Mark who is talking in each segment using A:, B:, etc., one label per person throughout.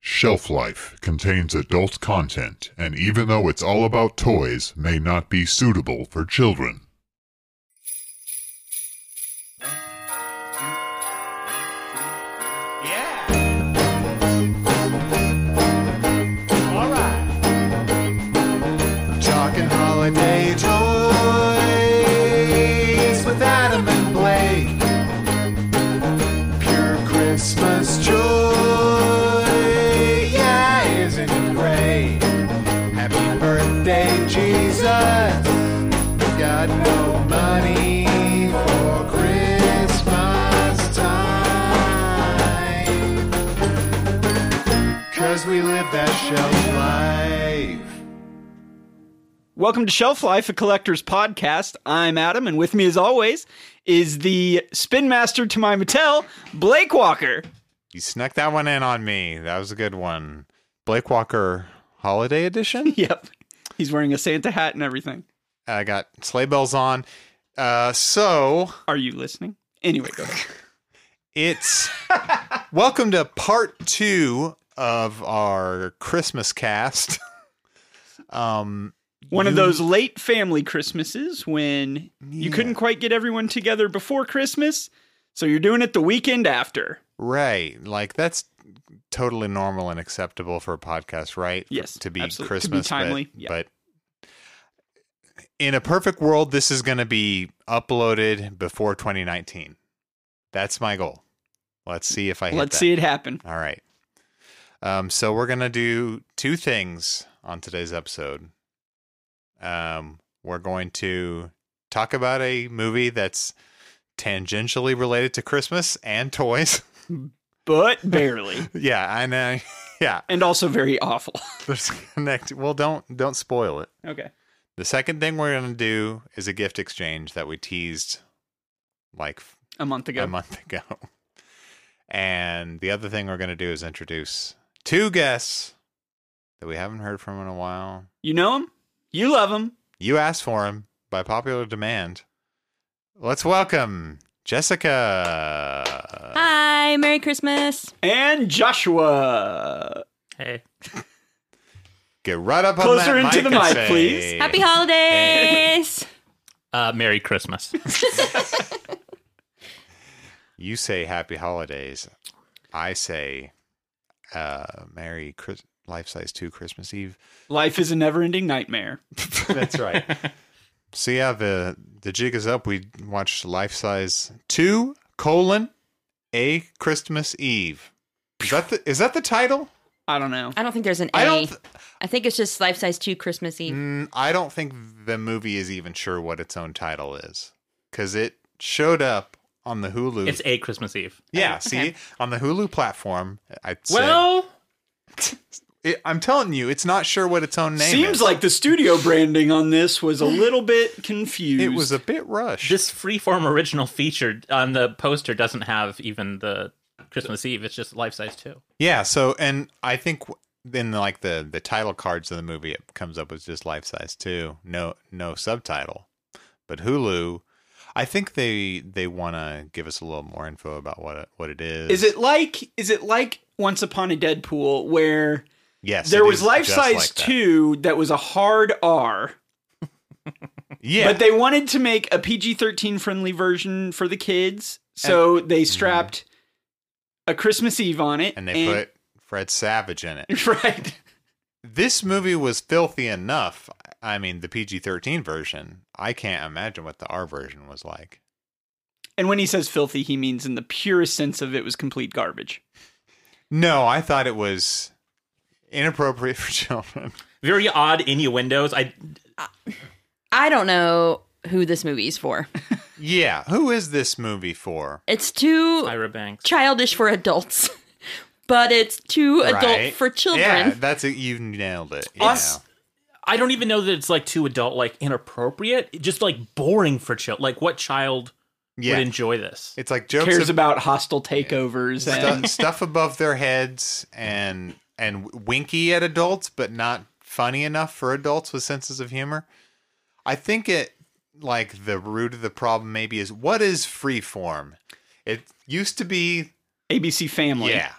A: Shelf life contains adult content and even though it's all about toys, may not be suitable for children.
B: Yeah. All right. Talking holiday toys with Adam and Blake. Pure Christmas joy. Yeah, isn't it great? Happy birthday, Jesus. Got no money for Christmas time. Cause we live that shelf life.
C: Welcome to Shelf Life, a collector's podcast. I'm Adam, and with me, as always, is the spin master to my Mattel, Blake Walker.
B: You snuck that one in on me. That was a good one. Blake Walker Holiday Edition.
C: Yep, he's wearing a Santa hat and everything.
B: I got sleigh bells on. Uh, so
C: Are you listening? Anyway, go ahead.
B: it's welcome to part two of our Christmas cast. um,
C: One of those late family Christmases when you couldn't quite get everyone together before Christmas, so you're doing it the weekend after.
B: right, like that's totally normal and acceptable for a podcast, right?
C: Yes,
B: to be
C: absolutely. To be
B: Christmas, but-
C: timely, yeah.
B: but in a perfect world, this is going to be uploaded before 2019. That's my goal. Let's see if I hit
C: Let's
B: that.
C: see it happen.
B: All right. Um, so we're gonna do two things on today's episode. Um, we're going to talk about a movie that's tangentially related to Christmas and toys.
C: But barely.
B: yeah, I know. yeah,
C: and also very awful.
B: there's connect. Well, don't don't spoil it.
C: okay.
B: The second thing we're gonna do is a gift exchange that we teased like
C: A month ago.
B: a month ago. And the other thing we're going to do is introduce two guests that we haven't heard from in a while.
C: You know him. You love him.
B: You asked for him by popular demand. Let's welcome Jessica.
D: Hi, Merry Christmas.
C: And Joshua.
E: Hey.
B: Get right up on
C: Closer
B: that
C: into the
B: and
C: mic,
B: say-
C: please.
D: Happy holidays.
E: Uh, Merry Christmas.
B: You say happy holidays. I say uh, Merry Chris- Life Size 2 Christmas Eve.
C: Life is a never ending nightmare.
B: That's right. so yeah, the the jig is up. We watched Life Size Two colon a Christmas Eve. Is that the is that the title?
C: I don't know.
D: I don't think there's an A.
B: I
D: I
B: don't th-
D: think it's just life size two Christmas Eve.
B: Mm, I don't think the movie is even sure what its own title is because it showed up on the Hulu.
E: It's a Christmas Eve.
B: yeah,
D: okay.
B: see on the Hulu platform. I well,
E: Well,
B: it, I'm telling you, it's not sure what its own name
C: Seems
B: is.
C: like the studio branding on this was a little bit confused.
B: it was a bit rushed.
E: this freeform original feature on the poster doesn't have even the Christmas Eve. It's just life size too.
B: Yeah. So, and I think w- in like the the title cards of the movie, it comes up as just life size too. No, no subtitle. But Hulu, I think they they want to give us a little more info about what it, what it is.
C: Is it like is it like Once Upon a Deadpool where
B: Yes.
C: there
B: it
C: was
B: is
C: Life
B: just
C: Size
B: like that.
C: 2 that was a hard R,
B: Yeah.
C: but they wanted to make a PG-13 friendly version for the kids, so they strapped a Christmas Eve on it
B: Mm-hmm. and they put Fred Savage in it.
C: put right.
B: This movie was filthy enough. I mean, the PG thirteen version. I can't imagine what the R version was like.
C: And when he says filthy, he means in the purest sense of it was complete garbage.
B: No, I thought it was inappropriate for children.
E: Very odd innuendos. I
D: I don't know who this movie's for.
B: Yeah, who is this movie for?
D: It's too
E: Ira Banks.
D: childish for adults, but it's too adult
B: Right?
D: for children.
B: Yeah, that's it. You nailed it. Yeah.
E: Us- I don't even know that it's like too adult, like inappropriate. It Just like boring for children. Like what child
B: yeah.
E: would enjoy this?
B: it's like jokes
C: Cares
B: ab-
C: about hostile takeovers
B: stu-
C: and
B: stuff above their heads and and winky at adults, but not funny enough for adults with senses of humor. I think it like the root of the problem maybe is what is free form. It used to be
C: ABC Family.
B: yeah.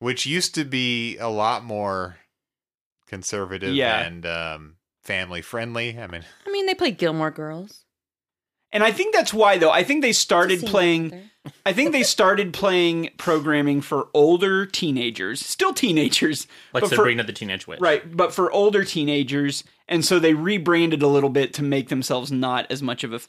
B: which used to be a lot more conservative
C: Yeah.
B: and um, family friendly. I mean,
D: I mean, they play Gilmore Girls.
C: And I think that's why though. I think they started
D: Just
C: playing
D: saying.
C: I think they started playing programming for older teenagers, still teenagers,
E: like
C: but for-
E: Sabrina the Teenage Witch.
C: right, but for older teenagers. And so they rebranded a little bit to make themselves not as much of a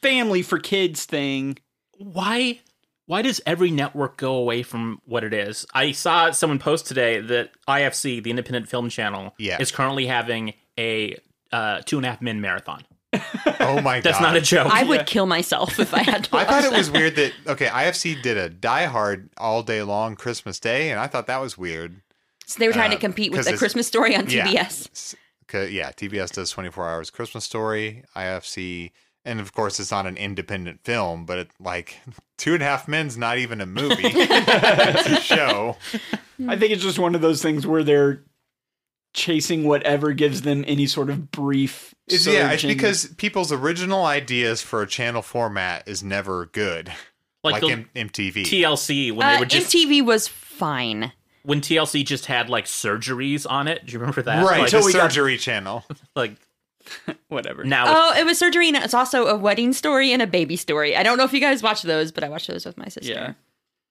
C: family for kids thing.
E: Why? Why does every network go away from what it is? I saw someone post today that IFC, the Independent Film Channel,
B: Yeah.
E: is currently having a uh, two and a half men marathon.
B: oh my god,
E: That's not a joke.
D: I would kill myself if I had
B: I
D: to. watch
B: thought it
D: that.
B: was weird that okay, IFC did a Die Hard all day long Christmas Day, and I thought that was weird.
D: So they were trying
B: uh,
D: to compete
B: 'cause
D: with a
B: it's-
D: Christmas story on
B: yeah.
D: TBS.
B: S- 'cause- yeah, TBS does 24 hours Christmas Story, IFC, and of course it's not an independent film, but it, like Two and a Half Men's not even a movie; it's a show.
C: I think it's just one of those things where they're chasing whatever gives them any sort of brief
B: It's, yeah, it's
C: surge in-
B: because people's original ideas for a channel format is never good, like,
E: like, the
B: M- MTV.
E: TLC when they
D: Uh,
E: would just
D: MTV was fine.
E: when TLC just had like surgeries on it. Do you remember that?
B: Right,
E: Like,
B: the
C: so we got-
B: surgery channel.
E: like
C: whatever.
E: now it's
D: Oh, it was surgery, and it's also a wedding story and a baby story. I don't know if you guys watch those, but I watched those with my sister.
C: Yeah.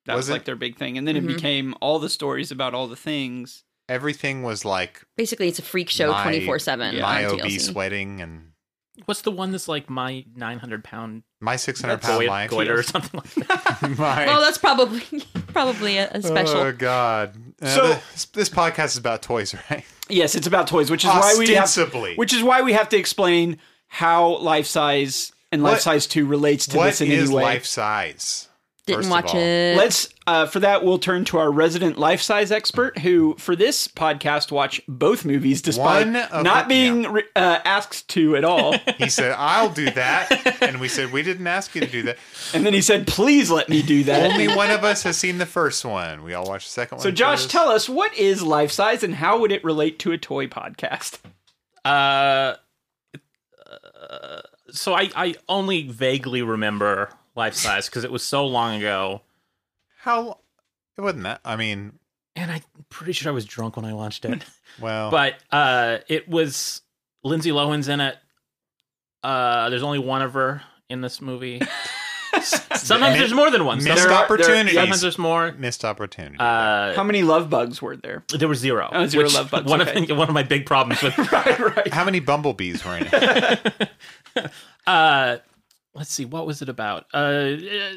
C: That
B: Was
C: was,
B: it-
C: like their big thing. And then
D: Mhm.
C: it became all the stories about all the things.
B: Everything was like
D: Basically, it's a freak show
B: My-
D: twenty four seven.
B: my
D: on
B: OB
D: TLC.
B: sweating and
D: Oh.
E: What's the one that's like my 900 pound
B: my 600 pound
E: goiter,
B: life.
E: goiter or something like that?
B: my,
D: Oh, that's probably probably a, a special.
B: Oh God! Uh,
C: So-
B: this, this podcast is about toys, right?
C: Yes, it's about toys, which is why we
B: Ostensibly.
C: have, which is why we have to explain how life size and
B: What-
C: life size two relates to
B: What
C: this in any
B: is
C: way.
B: life size?
D: Didn't
B: First of
D: watch
B: all.
D: it.
C: Let's uh, for that we'll turn to our resident life size expert, who for this podcast watch both movies despite
B: One of
C: not
B: the-
C: being re- uh, asked to at all.
B: He said, "I'll do that," and we said, "We didn't ask you to do that."
C: and then he said, "Please let me do that."
B: Only one of us has seen the first one. We all watched the second one.
C: so, Josh,
B: first.
C: tell us what is life size and how would it relate to a toy podcast?
E: Uh, uh, so I, I only vaguely remember life size because it was so long ago.
B: how it wasn't that. I mean,
E: And I'm pretty sure I was drunk when I watched it.
B: well,
E: but uh, it was Lindsay Lohan's in it. Uh, there's only one of her in this movie. Sometimes there's more than one.
B: missed
E: Sometimes-
B: opportunities.
E: Sometimes there's more.
B: missed opportunity.
E: Uh,
C: How many love bugs were there?
E: There was zero.
C: Oh, zero
E: which
C: love bugs,
E: One
C: okay.
E: of one of my big problems with.
C: right, right.
B: how many bumblebees were in it?
E: uh, let's see, what was it about? Uh, uh,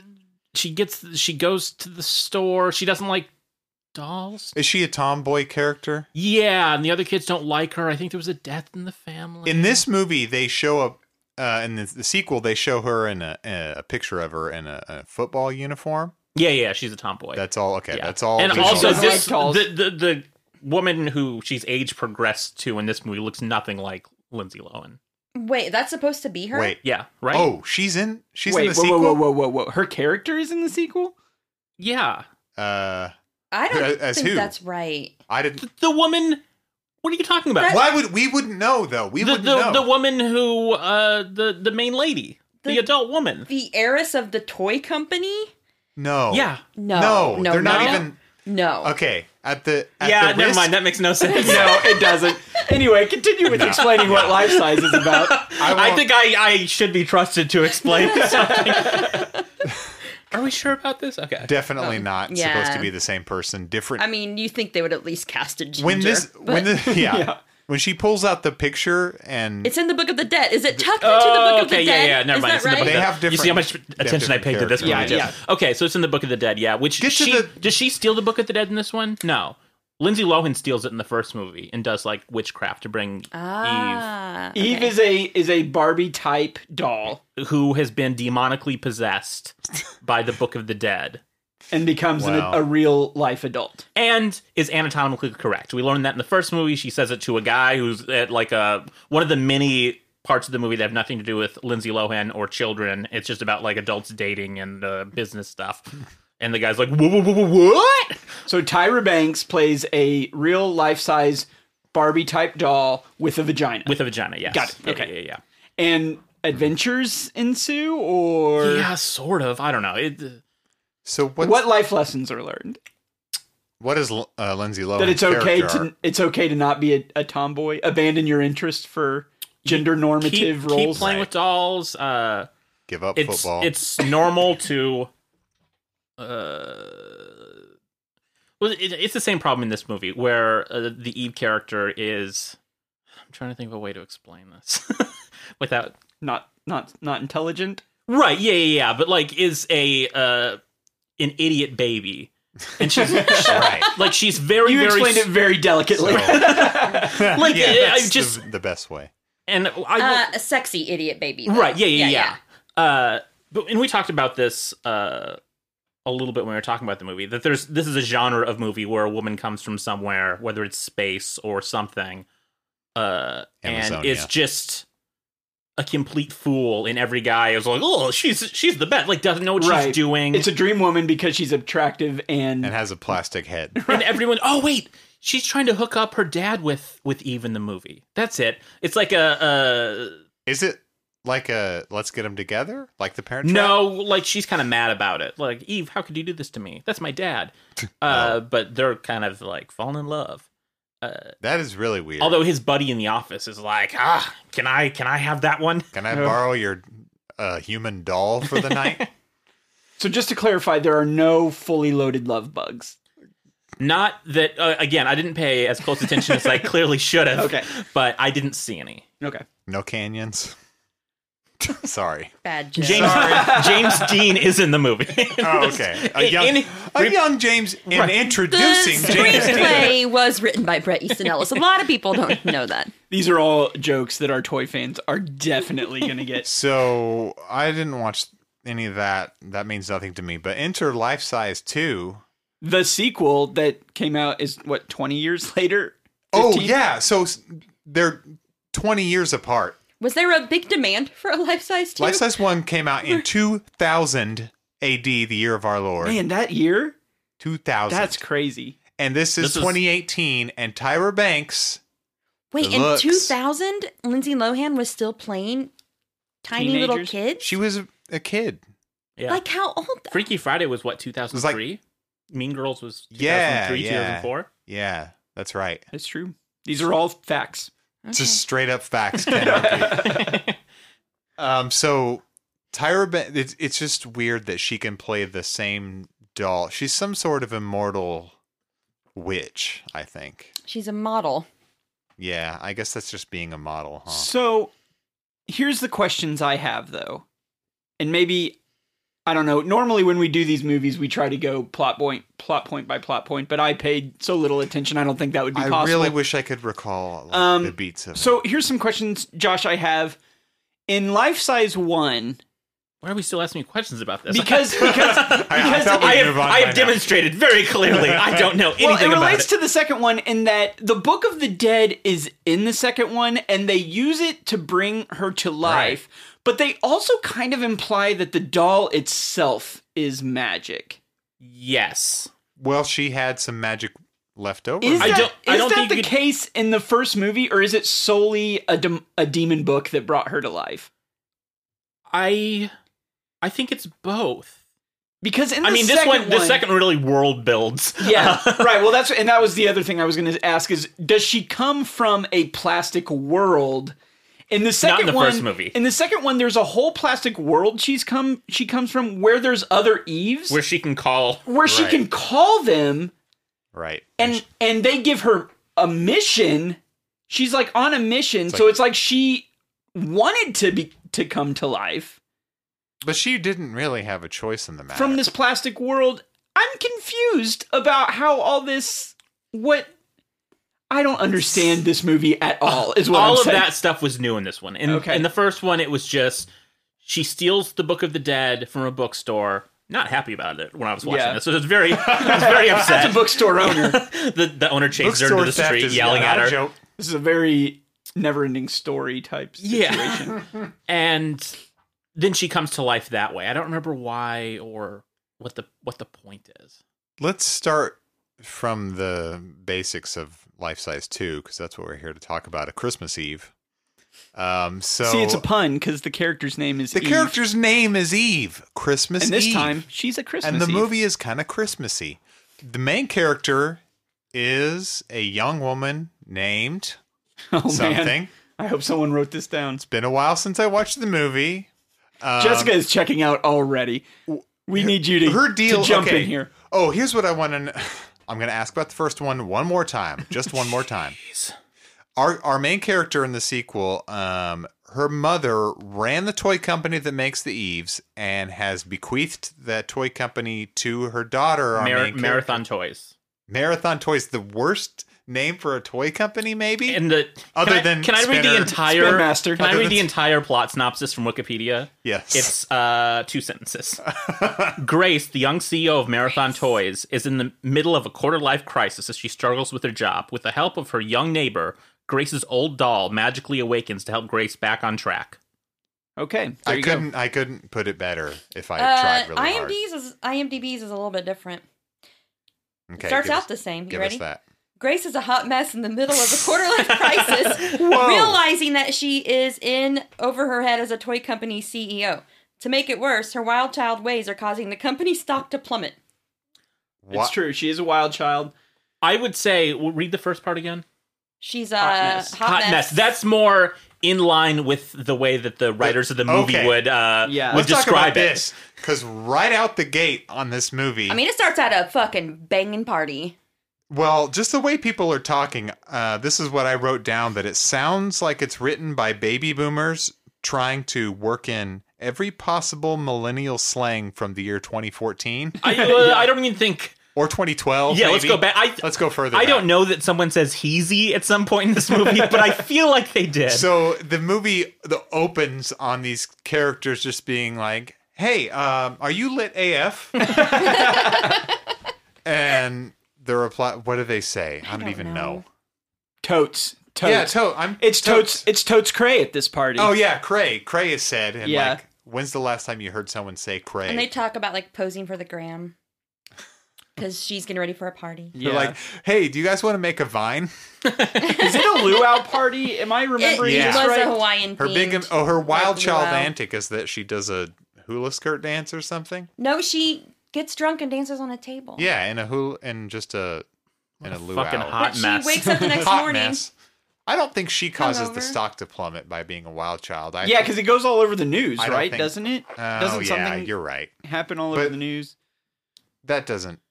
E: she gets she goes to the store. She doesn't like dolls.
B: Is she a tomboy character?
E: Yeah, and the other kids don't like her. I think there was a death in the family.
B: In this movie, they show up uh, in the, the sequel. They show her in a, a picture of her in a, a football uniform.
E: yeah, yeah, she's a tomboy.
B: That's all. Okay,
E: yeah.
B: that's all.
E: And
B: visual.
E: also,
C: Doesn't like
E: this
C: dolls.
E: the, the the woman who she's age progressed to in this movie looks nothing like Lindsay Lohan.
D: Wait, that's supposed to be her.
B: wait.
E: Yeah, right.
B: Oh, she's in. She's
C: Wait,
B: in the
C: whoa,
B: sequel.
C: whoa, whoa, whoa, whoa, whoa! Her character is in the sequel.
E: yeah,
B: Uh,
D: I don't
B: As- as
D: think
B: who?
D: that's right.
B: I didn't.
E: the woman. What are you talking about?
B: Why would we wouldn't know though? We
E: the
B: wouldn't
E: the,
B: know.
E: the woman who uh the the main lady the,
D: The-
E: adult woman
D: The heiress of the toy company.
B: no.
E: yeah
D: No,
B: No.
D: no,
B: they're not
D: no,
B: even
D: No.
B: okay. At the at
E: yeah
B: the
E: never
B: risk-
E: mind that makes no sense
C: No, it doesn't. Anyway, continue with explaining what life size is about.
B: I,
E: I,
B: won't-
E: think I, I should be trusted to explain something. Are we sure about this? Okay.
B: definitely not supposed to
D: yeah.
B: be the same person. Different.
D: I mean, you think they would at least cast a ginger.
B: when this when
D: but
B: the yeah,
C: Yeah.
B: when she pulls out the picture and
D: it's in the Book of the Dead. Is it tucked into the
E: Oh,
D: Book of the
E: okay. Yeah,
D: Dead?
E: yeah. Never
D: Is
E: mind.
D: that
E: It's in the
D: right?
E: book of
B: They
E: the-
B: have
E: You see how much
B: different-
E: attention I paid to this
B: different
E: movie?
C: characters.
E: too. Okay, so it's in the Book of the Dead. Yeah. Which
B: Get to
E: she
B: the-
E: does she steal the Book of the Dead in this one? No. Lindsay Lohan steals it in the first movie and does like witchcraft to bring
D: Ah,
C: Eve is a is a Barbie type doll
E: Eve, who has been demonically possessed by the Book of the Dead.
C: and becomes an-
B: Wow.
C: a real life adult.
E: and is anatomically correct. We learned that in the first movie. She says it to a guy who's at like a one of the many parts of the movie that have nothing to do with Lindsay Lohan or children. It's just about like adults dating and uh, business stuff. And the guy's like, "Wha- wha- wha- wha- "What?"
C: So Tyra Banks plays a real life size Barbie type doll with a vagina.
E: With a vagina, yes.
C: Got it.
E: Yeah,
C: Okay.
E: Yeah,
C: and adventures ensue
E: yeah, yeah.
C: or
E: Yeah, sort of. I don't know. It, uh,
B: so what's,
C: what life lessons are learned?
B: What is L- uh, Lindsay
E: Oh,
B: Lohan?
C: that it's okay
B: character
C: to
B: arc?
C: it's okay to not be a, a tomboy. Abandon your interest for gender normative
E: keep,
C: roles.
E: Keep playing with dolls. Uh,
B: give up
E: it's
B: football.
E: it's normal to. Uh, well, it, it's the same problem in this movie where uh, the Eve character is. I'm trying to think of a way to explain this without
C: not not not intelligent.
E: Right, yeah, yeah, yeah. But like is a uh an idiot baby. And she's
B: right.
E: like she's very
C: you
E: very
C: explained it very delicately.
E: Like,
B: yeah,
E: I
B: that's
E: just-
B: the, the best way.
E: and I
D: Uh, a sexy idiot baby. though.
E: Right, yeah, yeah, yeah. Uh but and we talked about this uh a little bit when we were talking about the movie that there's this is a genre of movie where a woman comes from somewhere, whether it's space or something, uh and
B: Amazonia.
E: is just a complete fool and every guy is like, Oh, she's she's the best like doesn't know what
C: Right.
E: she's doing.
C: It's a dream woman because she's attractive and,
B: And has a plastic head.
E: and everyone oh wait she's trying to hook up her dad with with eve in the movie that's it it's like a,
B: Is it like a let's get them together? Like the
E: a
B: parent? Trap?
E: no like she's kind of mad about it like eve how could you do this to me that's my dad uh but they're kind of like falling in love
B: That is really weird.
E: although his buddy in the office is like ah can i can i have that one
B: Can I borrow your uh, human doll for the night?
C: so just to clarify, there are no fully loaded love bugs.
E: not that uh, again i didn't pay as close attention as i clearly should have
C: Okay.
E: but i didn't see any
C: Okay.
B: No canyons. Sorry.
D: Bad joke.
E: james james dean is in the movie
B: Oh, okay. A
E: In-
B: young,
E: in-
B: a young James in
E: Right.
D: the
B: introducing James Dean.
D: screenplay was written by Brett Easton Ellis. A lot of people don't know that.
C: These are all jokes that our toy fans are definitely going to get.
B: So I didn't watch any of that. That means nothing to me. But enter Life Size Two.
C: The sequel that came out is what 20 years later.
B: Oh
C: 15?
B: yeah. So s- they're twenty years apart.
D: Was there a big demand for a life size two?
B: Life Size One came out in two thousand A.D. the year of our Lord.
C: Man, that year?
B: two thousand.
C: That's crazy.
B: and this is
E: This is-
B: 2018, and Tyra Banks.
D: Wait,
B: The
D: in
B: looks.
D: 2000, Lindsay Lohan was still playing tiny little
C: Teenagers?
D: kids?
B: She was a- a kid.
E: yeah
D: Like, how old?
E: Freaky Friday was what 2003. mean Girls was 2003,
B: Yeah, yeah.
E: 2004.
B: Yeah, that's right.
C: That's true. These are all facts.
B: Just straight up facts. Ken Arcade. um, so Tyra, ben- it's it's just weird that she can play the same doll. She's some sort of immortal witch, I think.
D: She's a model.
B: Yeah, I guess that's just being a model, huh?
C: So here's the questions I have, though. And maybe, I don't know. Normally, when we do these movies, we try to go plot point, plot point by plot point, but I paid so little attention, I don't think that would be
B: I
C: possible.
B: really wish I could recall like,
C: Um,
B: the beats of
C: so here's some questions, Josh, I have. In Life Size 1,
E: Why are we still asking me questions about this?
C: because because
B: I
C: because
B: thought we
E: I
B: move
E: have,
B: on
E: I
B: by now.
E: have demonstrated very clearly I don't know anything
C: well, it
E: about
C: relates
E: it.
C: to the second one in that the Book of the Dead is in the second one, and they use it to bring her to life. But they also kind of imply that the doll itself is magic.
E: yes.
B: Well, she had some magic left over.
C: Is
E: I
C: that,
E: don't- I
C: is
E: don't
C: that
E: think
C: the
E: you could-
C: case in the first movie, or is it solely a, dem- a demon book that brought her to life?
E: I I think it's both.
C: Because in the
E: I mean this
C: second
E: one, this second really world builds.
C: yeah, right. Well, that's and that was the other thing I was going to ask is does she come from a plastic world? In the second
E: in the
C: one,
E: first movie.
C: In the second one, there's a whole plastic world she's come she comes from where there's other Eves
E: Where
C: where,
E: she can call
C: she
B: Right.
C: can call them
B: right.
C: and and they give her a mission. She's like on a mission, so
B: like-
C: it's like she wanted to be to come to life
B: but she didn't really have a choice in the matter.
C: from this plastic world. I'm confused about how all this what I don't understand this movie at
B: Uh,
C: all. Is what
E: all
C: I'm
E: of
C: saying.
E: that stuff was new in this one. In,
C: Okay.
E: in the first one, it was just she steals the Book of the Dead from a bookstore. Not happy about it when I was watching
C: Yeah.
E: this. So it was very, I was very upset.
C: That's a bookstore owner.
E: the, the owner chases her into the
B: theft
E: street,
B: is
E: yelling
B: not
E: at
B: a
E: her.
B: joke.
C: this is a very never-ending story type
E: Yeah.
C: situation.
E: and then she comes to life that way. I don't remember why or what the what the point is.
B: Let's start from the basics of Life Size 2 because that's what we're here to talk about at Christmas Eve. Um, so
C: See, it's a pun because the character's name is
B: the
C: Eve,
B: character's name is Eve. Christmas
C: and this
B: Eve.
C: time she's a Christmas.
B: and the
C: Eve.
B: movie is kind of Christmassy. the main character is a young woman named
C: Oh
B: something.
C: man, I hope someone wrote this down.
B: Been a while since I watched the movie. Um,
C: Jessica is checking out already. We need you to,
B: her deal.
C: to jump
B: okay.
C: in here.
B: Oh, here's what I want to. Know. I'm going to ask about the first one one more time, just one more time. Our our main character in the sequel, um, her mother ran the toy company that makes the Eves and has bequeathed that toy company to her daughter. Our
E: Mar-
B: main character.
E: Marathon Toys.
B: Marathon Toys, the worst name for a toy company, maybe.
E: And the
B: Other
E: can I-
B: than
E: can I read the
B: Spinner-
E: entire
C: Spin Master.
E: Can I
C: Other
E: read
C: than-
E: the entire plot synopsis from Wikipedia?
B: yes,
E: It's uh, two sentences. Grace, the young CEO of Marathon Toys, is in the middle of a quarter life crisis as she struggles with her job. With the help of her young neighbor, Grace's old doll magically awakens to help Grace back on track.
C: Okay, there
B: I
C: you
B: couldn't. I couldn't put it better if I
D: Uh,
B: tried really hard.
D: IMDb's is IMDb's is a little bit different.
B: Okay,
D: Starts
B: give
D: out
B: us-
D: the same. You
B: Give
D: ready?
B: us that.
D: Grace is a hot mess in the middle of a quarter life crisis,
B: Whoa.
D: realizing that she is in over her head as a toy company CEO. To make it worse, her wild child ways are causing the company's stock to plummet.
C: go. It's true. She is a wild child.
E: I would say, well, read the first part again.
D: She's a
C: Hot mess.
E: That's more in line with the way that the writers of the movie
B: Okay.
E: would uh,
C: Yeah.
E: would
C: Let's
E: describe it.
B: this because right out the gate on this movie,
D: I mean, it starts at a fucking banging party.
B: well, just the way people are talking, uh, this is what I wrote down that it sounds like it's written by baby boomers trying to work in every possible millennial slang from the year 2014
E: I, uh, I don't even think.
B: or 2012.
E: Yeah, let's
B: maybe.
E: go back. I,
B: Let's go further.
E: I
B: back.
E: don't know that someone says heezy at some point in this movie, but I feel like they did.
B: So the movie the opens on these characters just being like, "Hey, um, are you lit AF?" and the reply, what do they say? I, don't,
D: don't
B: even know.
D: know.
C: Totes. Totes.
B: Yeah, to- I'm
C: it's totes. It's totes cray at this party.
B: Oh yeah, cray. Cray is said. And
C: Yeah.
B: like, when's the last time you heard someone say cray?
D: And they talk about like posing for the gram because she's getting ready for a party.
B: They're like, "Hey, do you guys want to make a vine?"
C: is it a luau party? Am I remembering
D: It
B: Yeah.
C: this
D: was
C: right?
D: a Hawaiian
B: Her big
D: themed-
B: oh, her wild
D: Like,
B: child
D: wow.
B: antic is that she does a hula skirt dance or something.
D: No, she gets drunk and dances on a table.
B: Yeah, in a hula and just a in a, luau.
E: fucking hot
D: But she
E: mess.
D: wakes up the next
B: Hot
D: morning.
B: mess. I don't think she causes the
D: Hungover.
B: stock to plummet by being a wild child. I
C: yeah, because it goes all over the news,
B: I don't
C: right?
B: think-
C: Doesn't it?
B: Oh,
C: Doesn't
B: yeah,
C: something
B: you're right.
C: happen all
B: But-
C: over the news?
B: That doesn't.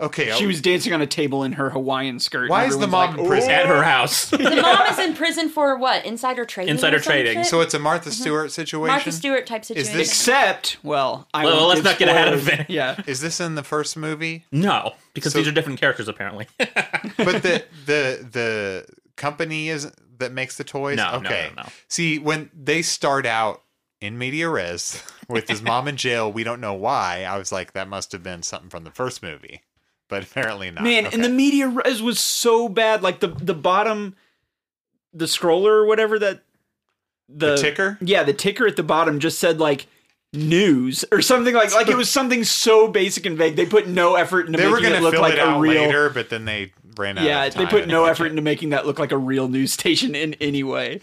B: Okay.
C: She
B: oh,
C: was dancing on a table in her Hawaiian skirt. and
B: Why is the
C: everyone's
B: mom
C: like,
B: in prison?
E: at her house.
D: The mom is in prison for what? Insider trading. or
E: Insider
D: some
E: trading.
D: shit?
B: So it's a Martha Stewart situation.
D: Martha Stewart type
B: this-
D: situation.
C: Except, well, I
E: Well,
C: won't
E: let's
C: give
E: not get ahead of
C: spoilers.
E: it.
C: Yeah,
B: Is this in the first movie?
E: no, because
B: So-
E: these are different characters apparently.
B: But the the the company is that makes the toys.
E: No, no, no,
B: okay.
E: no.
B: See, when they start out in media res with his mom in jail, we don't know why. I was like, that must have been something from the first movie, but apparently not.
C: man,
B: okay.
C: and the media res was so bad. Like the the bottom, the scroller or whatever that the,
B: The ticker?
C: Yeah, the ticker at the bottom just said like news or something like like it was something so basic and vague. They put no effort into
B: they were
C: making
B: going
C: it
B: to
C: look
B: fill
C: like
B: it
C: a
B: out
C: real.
B: later, but then they ran out.
C: yeah,
B: of
C: they
B: time
C: put
B: and
C: no
B: budget.
C: effort into making that look like a real news station in any way.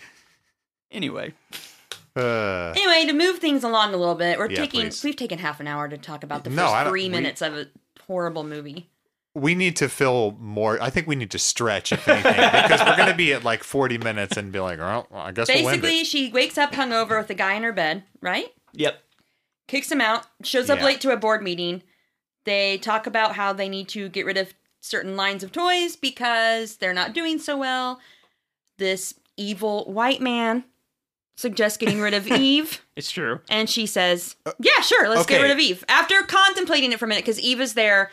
C: Anyway,
B: Uh,
D: Anyway, to move things along a little bit, we're
B: Yeah,
D: taking
B: please.
D: we've taken half an hour to talk about the
B: No, I
D: first
B: don't-
D: three
B: we-
D: minutes of a horrible movie.
B: we need to fill more. I think we need to stretch, if anything, because we're going to be at like 40 minutes and be like, well, I guess we'll end
D: Basically,
B: it.
D: she wakes up hungover with a guy in her bed, right?
C: yep.
D: Kicks him out, shows up
B: Yeah.
D: late to a board meeting. They talk about how they need to get rid of certain lines of toys because they're not doing so well. This evil white man suggests getting rid of Eve.
C: It's true.
D: And she says, "Yeah, sure, let's
B: Uh, okay.
D: get rid of Eve." After contemplating it for a minute, because Eve is their,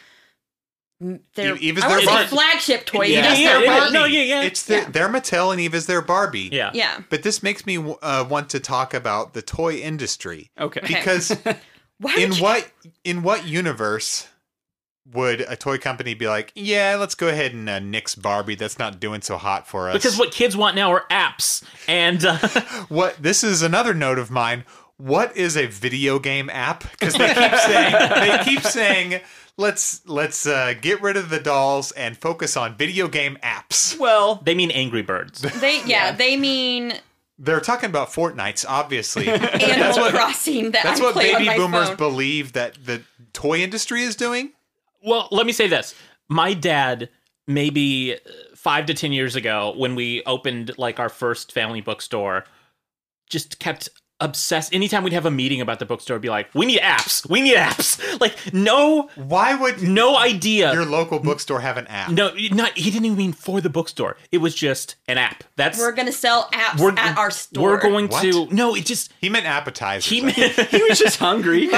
D: mm, their
B: Eve- Eve is
D: I
B: their
D: wanna say
B: Barbie.
D: flagship toy.
E: Yeah,
D: but it's
E: yeah,
D: their
E: yeah.
D: Barbie.
E: No, yeah, yeah.
B: It's the,
D: Yeah.
B: they're Mattel and Eva's their Barbie.
E: yeah.
D: yeah.
B: But this makes me uh, want to talk about the toy industry
C: Okay.
B: because
D: Why
B: in
D: would you-
B: what in what universe would a toy company be like, yeah, let's go ahead and uh, nix Barbie. That's not doing so hot for us.
E: Because what kids want now are apps, and uh,
B: What this is another note of mine. What is a video game app? Because they keep saying they keep saying let's let's uh, get rid of the dolls and focus on video game apps.
C: Well,
E: they mean Angry Birds.
D: they? Yeah, they mean
B: They're talking about Fortnites, obviously.
D: Animal Crossing. That
B: That's
D: I
B: what
D: play on
B: baby
D: my
B: boomers
D: phone.
B: believe that the toy industry is doing.
E: Well, let me say this. My dad, maybe uh, five to 10 years ago, when we opened like our first family bookstore, just kept obsessed. Anytime we'd have a meeting about the bookstore, be like, we need apps. We need apps. Like, no,
B: Why would
E: no idea.
B: your local bookstore have an app?
E: no, not, he didn't even mean for the bookstore. It was just an app. That's
D: We're gonna sell apps
E: we're-
D: at our store.
E: We're going
B: What?
E: to no. It just
B: He meant appetizers.
E: he
B: I think.
E: meant
C: He was just hungry.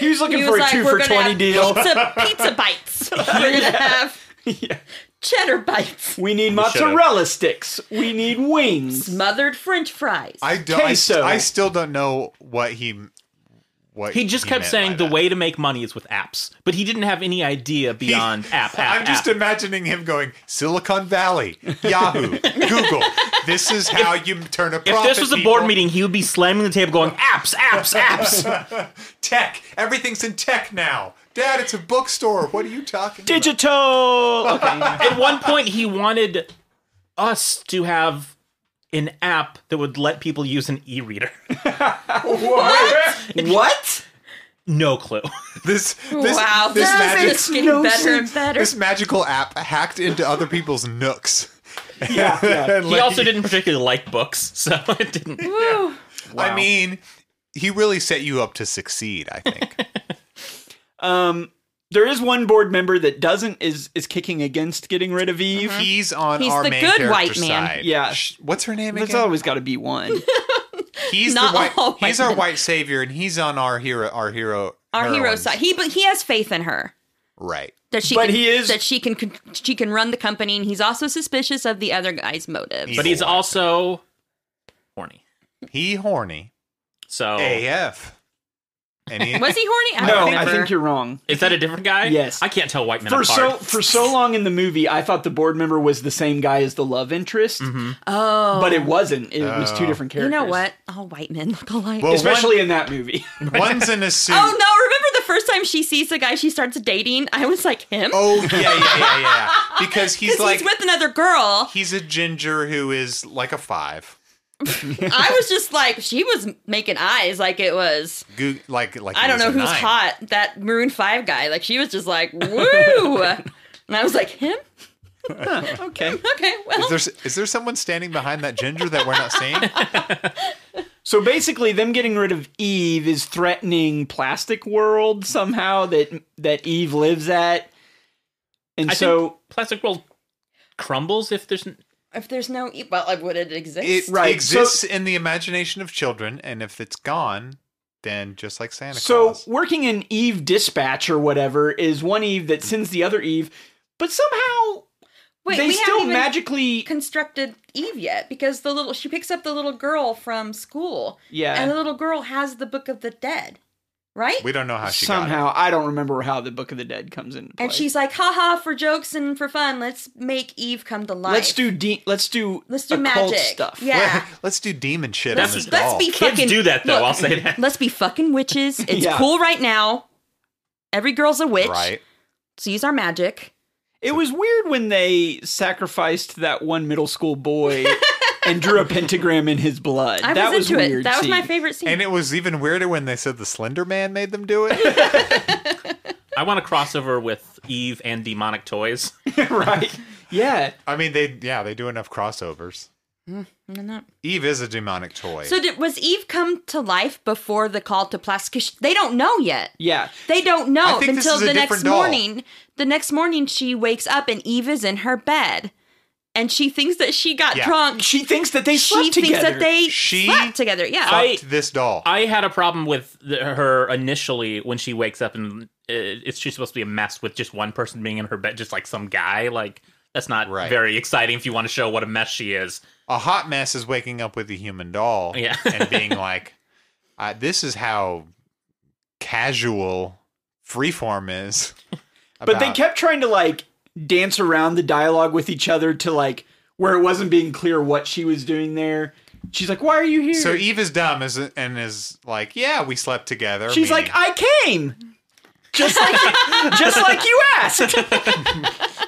C: he was looking
D: He
C: for
D: was
C: a
D: like,
C: two
D: we're
C: for
D: gonna
C: twenty
D: have
C: deal.
D: Pizza, pizza bites. We're gonna have
C: Yeah.
D: cheddar bites,
C: We need
E: should've.
C: mozzarella sticks. We need wings.
D: smothered French fries.
B: I don't. I,
C: Queso.
B: I still don't know what he. What
E: He just kept
B: meant by
E: saying the
B: that.
E: way to make money is with apps, but he didn't have any idea beyond app, app.
B: I'm just
E: app.
B: imagining him going Silicon Valley, Yahoo, Google. This is how you turn a
E: if
B: profit.
E: this was a
B: people.
E: board meeting, he would be slamming the table, going apps, apps, apps.
B: tech. Everything's in tech now. Dad, it's a bookstore. What are you talking? about?
C: Digital. Okay.
E: At one point, he wanted us to have an app that would let people use an e-reader.
C: what?
E: No clue.
B: This this
D: wow,
B: this
D: this is
B: magic
D: just getting
C: no
D: better
C: sense.
D: and better.
B: this magical app hacked into other people's nooks.
C: Yeah. yeah.
B: And
E: He
B: let
E: also
B: you-
E: didn't particularly like books, so it didn't.
D: Woo.
B: I mean, he really set you up to succeed. I think.
C: Um. There is one board member that doesn't is is kicking against getting rid of Eve.
D: Mm-hmm.
B: He's on
D: He's
B: our
D: the
B: main
D: good
B: character
D: white man.
B: side.
C: Yeah.
B: Sh- What's her name
C: There's
B: again?
C: always got to be one.
B: he's
D: Not
B: the white,
D: all white
B: He's our
D: men.
B: white savior, and he's on our hero. Our hero.
D: Our hero
B: heroine's-
D: side. He but he has faith in her
B: Right.
D: that she
C: But
D: can,
C: he is-
D: that she can con- she can run the company, and he's also suspicious of the other guy's motives.
E: But he's
B: Evil.
E: also horny.
B: He horny.
E: So
B: AF. And he,
D: Was he horny? I
C: no,
D: don't
C: I
D: remember.
C: think you're wrong.
E: is that a different guy?
C: Yes.
E: I can't tell white men
C: For so
E: apart.
C: for so long in the movie, I thought the board member was the same guy as the love interest,
B: Mm-hmm.
D: oh,
C: but it wasn't. It was two
B: Oh.
C: different
D: you
C: characters.
D: know what? All white men look alike.
B: Well,
C: Especially in that movie.
B: one's in a suit.
D: Oh no! Remember the first time she sees the guy she starts dating? I was like him.
B: Oh, yeah, yeah, yeah, yeah. Because he's
D: 'Cause
B: like
D: he's with another girl.
B: he's a ginger who is like a five.
D: I was just like, she was making eyes like it was.
B: Goo- like like
D: I
B: he
D: don't
B: was
D: know
B: a
D: who's
B: nine.
D: hot. That Maroon Five guy. Like she was just like, woo. and I was like, him.
C: okay.
D: Okay, well,
B: Is there is there someone standing behind that ginger that we're not seeing?
C: So basically, them getting rid of Eve is threatening Plastic World somehow that that Eve lives at, and
E: I
C: so
E: think plastic world crumbles if there's n-
D: if there's no, e- well, like, would it exist?
B: It
C: Right, so-
B: exists in the imagination of children, and if it's gone, then just like Santa
C: so
B: Claus.
C: working in Eve dispatch or whatever is one Eve that sends the other Eve, but somehow
D: Wait,
C: they
D: we
C: still
D: haven't even
C: magically
D: constructed Eve yet because the little she picks up the little girl from school.
C: Yeah.
D: and the little girl has the Book of the Dead, right?
B: We don't know how Ah, she got it.
C: somehow I don't remember how the Book of the Dead comes in.
D: and she's like, haha, for jokes and for fun, let's make Eve come to life.
C: let's do de- let's do
D: let's do
C: occult
D: magic
C: stuff.
D: Yeah.
B: Let's do demon shit
E: Let's-
B: on this
D: let's
B: doll.
D: be
E: kids
D: fucking
E: do that though.
D: look,
E: I'll say that.
D: Let's be fucking witches. It's
C: Yeah.
D: cool right now. Every girl's a witch.
B: right.
D: So use our magic.
C: It was weird when they sacrificed that one middle school boy and drew a pentagram in his blood.
D: I
C: that
D: was
C: was
D: into
C: weird
D: it. That was
C: seeing.
D: my favorite scene.
B: And it was even weirder when they said the Slender Man made them do it.
E: I want a crossover with Eve and demonic toys.
C: right? Yeah.
B: I mean, they yeah, they do enough crossovers.
C: Hmm,
D: No, no.
B: Eve is a demonic toy.
D: So did, was Eve come to life before the call to plastic? They don't know yet.
C: Yeah.
D: They don't know
B: I think this
D: until
B: is a
D: the
B: different
D: next
B: doll.
D: morning. The next morning, she wakes up and Eve is in her bed, and she thinks that she got
B: Yeah.
D: drunk.
C: She thinks that they
D: She
C: slept
D: thinks
C: together.
D: that they
B: She
D: slept together. Yeah,
E: I-
B: Fucked this doll.
E: I had a problem with the, her initially when she wakes up and uh, it's she's supposed to be a mess with just one person being in her bed, just like some guy. Like that's not
B: Right.
E: very exciting if you want to show what a mess she is.
B: a hot mess is waking up with a human doll
E: Yeah.
B: and being like, uh, "This is how casual freeform is."
C: but they
B: about-
C: kept trying to like dance around the dialogue with each other to like where it wasn't being clear what she was doing there. She's like, "Why are you here?"
B: So Eve is dumb is and is like, "Yeah, we slept together."
C: She's
B: meaning-
C: like, "I came." Just like just like you asked.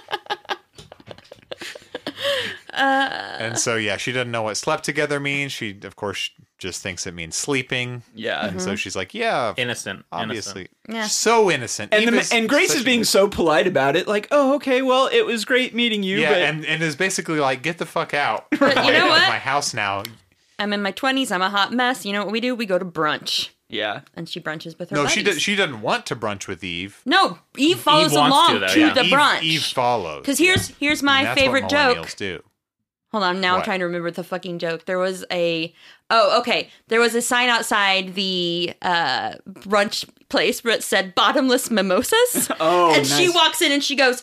C: "Ah."
B: and so yeah, she doesn't know what slept together means. She of course just thinks it means sleeping.
C: Yeah.
B: And so she's like, yeah,
E: Innocent.
B: obviously.
D: Yeah.
B: So innocent.
C: And, the,
B: Eva's
C: and Grace
B: such
C: is
B: a-
C: being so polite about it, like, oh, okay, well, it was great meeting you,
B: Yeah,
C: but
B: and, and is basically like, get the fuck out.
D: But you
B: Like,
D: know
B: of
D: what?
B: My house now.
D: I'm in my 20s. I'm a hot mess. You know what we do? We go to brunch.
C: yeah.
D: And she brunches with her
B: no,
D: buddies.
B: she does, she doesn't want to brunch with Eve.
D: No, Eve follows
E: wants
D: along to,
E: to, though, yeah.
D: the
B: Eve,
D: brunch.
B: Eve follows.
D: Because here's here's my
B: And that's what
D: favorite joke.
B: millennials Do.
D: Hold on, now I'm
B: What?
D: trying to remember the fucking joke. There was a oh okay, there was a sign outside the uh, brunch place where it said bottomless mimosas,
C: Oh,
D: and she
C: nice.
D: walks in and she goes,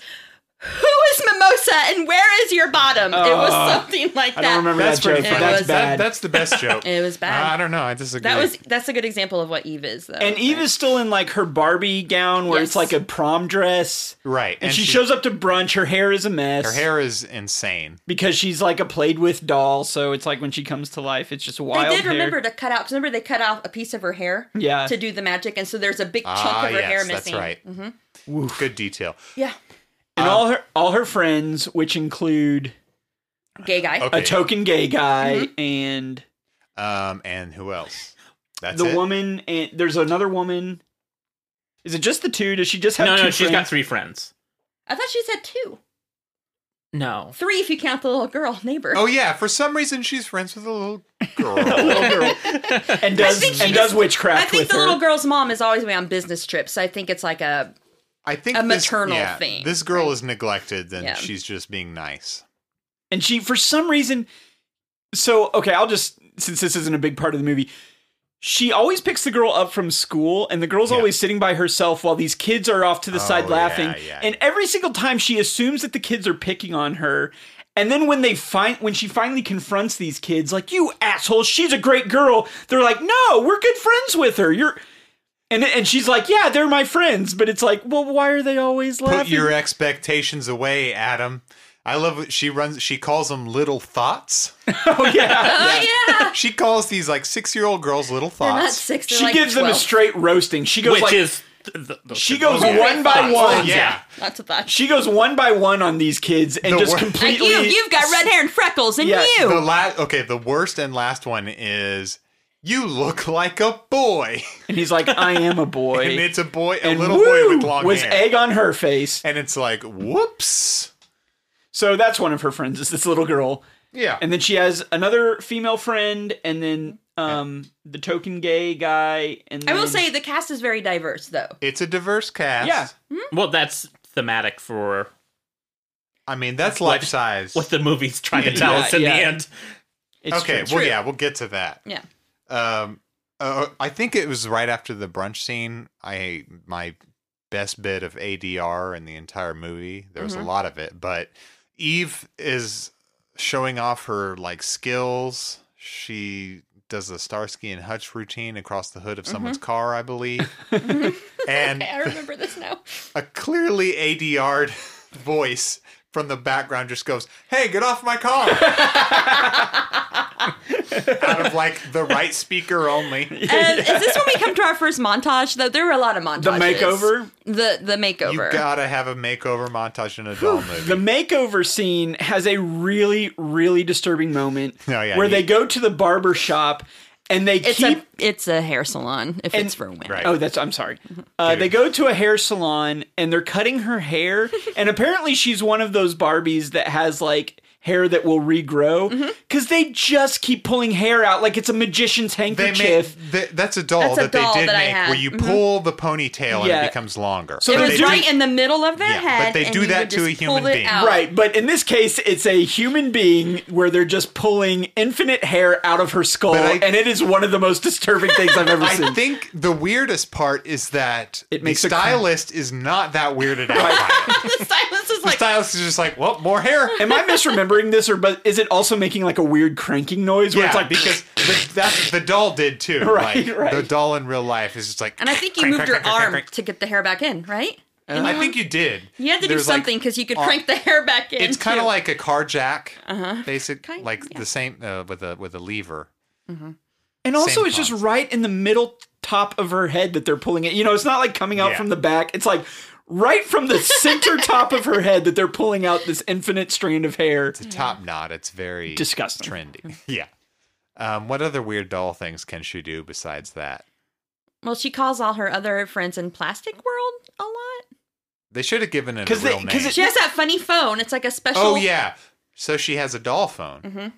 D: "Who is mimosa and where is your bottom?" it was something like
C: Oh, I
D: that.
C: don't remember
B: That's
C: that joke.
B: pretty
C: but
B: funny.
C: That's
B: That-
C: bad.
B: that's the best joke.
D: It was bad.
B: I don't know. I disagree.
D: That was that's a good example of what Eve is though.
C: and Eve is still in like her Barbie gown, where
D: Yes.
C: it's like a prom dress,
B: right.
C: and, she, shows up to brunch. Her hair is a mess.
B: her hair is insane.
C: because she's like a played with doll. So it's like when she comes to life, it's just
D: they
C: wild.
D: did
C: hair. Uh,
D: remember to cut out. 'cause Remember they cut off a piece of her hair
C: Yeah.
D: to do the magic, and so there's a big chunk
B: Ah,
D: of her
B: yes,
D: hair
B: that's
D: missing. Mm-hmm.
B: right. Good detail.
D: Yeah,
B: Uh,
C: and all her all her friends, which include
D: gay guy.
B: Okay.
C: a token gay guy
D: Mm-hmm.
C: and
B: Um, and who else? That's
C: the
B: it?
C: woman, and there's another woman. Is it just the two? Does she just have
E: No,
C: two?
E: no, she's
C: friends?
E: got three friends.
D: I thought she said two,
E: No.
D: three if you count the little girl neighbor.
B: Oh yeah. For some reason, she's friends with a little girl.
C: and
D: I
C: does
D: think
C: and
D: she
C: does
D: just-
C: witchcraft.
D: I think
C: with
D: the
C: her.
D: little girl's mom is always away on business trips. So I think it's like a
B: I think
D: A
B: this-
D: maternal
B: yeah,
D: thing,
B: This girl is neglected, and
D: Yeah.
B: she's just being nice.
C: and she for some reason so okay i'll just since this isn't a big part of the movie she always picks the girl up from school and the girl's
B: Yeah.
C: always sitting by herself while these kids are off to the
B: Oh,
C: side laughing
B: yeah, yeah,
C: and every single time she assumes that the kids are picking on her and then when they find when she finally confronts these kids like you asshole she's a great girl they're like no we're good friends with her you're and and she's like yeah they're my friends but it's like well why are they always laughing
B: Put your expectations away, Adam. I love what she runs. She calls them little thoughts.
C: oh yeah
D: oh yeah.
B: She calls these like six-year-old girls little
D: They're not
B: thoughts.
D: six. They're
C: she
D: like
C: gives
D: 12.
C: them a straight roasting she goes
E: Which
C: like
E: is. th- th- th-
C: She goes
E: those are-
C: one by one.
B: yeah.
D: Lots of thoughts.
C: She goes one by one on these kids and
B: The
C: just
B: wor-
D: Like
C: completely.
D: you, you've got red hair and freckles, and
C: Yeah,
D: you.
B: The la- okay, the worst and last one is you look like a boy,
C: And he's like, I am a boy.
B: and it's a boy, a
C: And
B: little
C: woo,
B: boy with long
C: was
B: hair,
C: egg on her face.
B: and it's like, whoops,
C: So that's one of her friends. Is this little girl?
B: yeah,
C: And then she has another female friend, and then um the token gay guy. And
D: I
C: then,
D: will say the cast is very diverse, though.
B: it's a diverse cast.
C: Yeah.
E: Well, that's thematic for
B: I mean that's
E: What-
B: life size.
E: what the movie's trying to tell
C: Yeah,
E: us in
C: yeah.
E: the end.
C: it's
B: okay,
C: true.
B: well, yeah, we'll get to that.
D: Yeah.
B: Um, uh, I think it was right after the brunch scene. I my best bit of ADR in the entire movie. There was
C: Mm-hmm.
B: a lot of it, but Eve is showing off her like skills. She does the Starsky and Hutch routine across the hood of someone's
C: Mm-hmm.
B: car, I believe, and
D: Okay, I remember this now.
B: a clearly ADR'd voice from the background just goes, "Hey, get off my car!" Out of like the right speaker only.
D: And is this when we come to our first montage? Though there were a lot of montages.
C: the makeover.
D: The the
B: You
D: makeover.
B: gotta have a makeover montage in a doll movie.
C: The makeover scene has a really, really disturbing moment
B: Oh, yeah,
C: where
B: you-
C: they go to the barber shop and they
D: it's
C: keep
D: a it's a hair salon if it's for women.
B: Right. Mm-hmm.
C: Oh, that's I'm sorry. Uh, they go to a hair salon and they're cutting her hair, and apparently she's one of those Barbies that has like hair that will regrow
B: Mm-hmm.
C: because they just keep pulling hair out like it's a magician's
B: They made,
C: handkerchief.
B: th- that's a doll
D: That's a
B: that
D: doll
B: they did
D: that I
B: make
D: had.
B: where you pull the ponytail and
C: Yeah.
B: it becomes longer.
C: So
D: It
C: But
D: was
C: they do-
D: right in the middle of their
B: Yeah, but
D: head.
B: they
D: and
B: do
D: you
B: that
D: would
B: to
D: just
B: a human
D: pull it
B: being.
D: out.
C: Right, but in this case, it's a human being where they're just pulling infinite hair out of her skull,
B: But I-
C: and it is one of the most disturbing things I've ever
B: I
C: seen.
B: think the weirdest part is that
C: It makes
B: the
C: a cr-
B: stylist is not that weirded out by it.
D: the stylist is
B: The
D: like
B: stylist is just like, well, more hair.
C: Am I misremembering this, or but is it also making like a weird cranking noise where
B: Yeah,
C: it's like
B: because the, that's the doll did too.
C: Right,
B: like,
C: right.
B: The doll in real life is just like,
D: And I think you
B: crank, crank,
D: moved your
B: crank,
D: arm
B: crank,
D: to get the hair back in, right?
B: crank. I think you did.
D: You had to
B: There's,
D: do
B: like,
D: something because you could
B: ar-
D: crank the hair back in.
B: It's kind
D: too.
B: of like a car jack, uh-huh. basic,
D: Kind-
B: like
D: yeah.
B: the same uh, with a with a lever.
C: And also,
B: Same
C: it's just
B: concept.
C: right in the middle top of her head that they're pulling it. You know, it's not like coming out
B: Yeah.
C: from the back. It's like right from the center top of her head that they're pulling out this infinite strand of hair.
B: Top knot. It's very
D: Mm.
C: Disgusting.
B: trendy. Yeah. Um, what other weird doll things can she do besides that?
D: Well, she calls all her other friends in Plastic World a lot.
B: They should have given it a
C: 'Cause they-
B: real
C: 'cause
B: name.
C: it-
D: She has that funny phone. It's like a special.
B: oh yeah, so she has a doll phone
D: Mhm.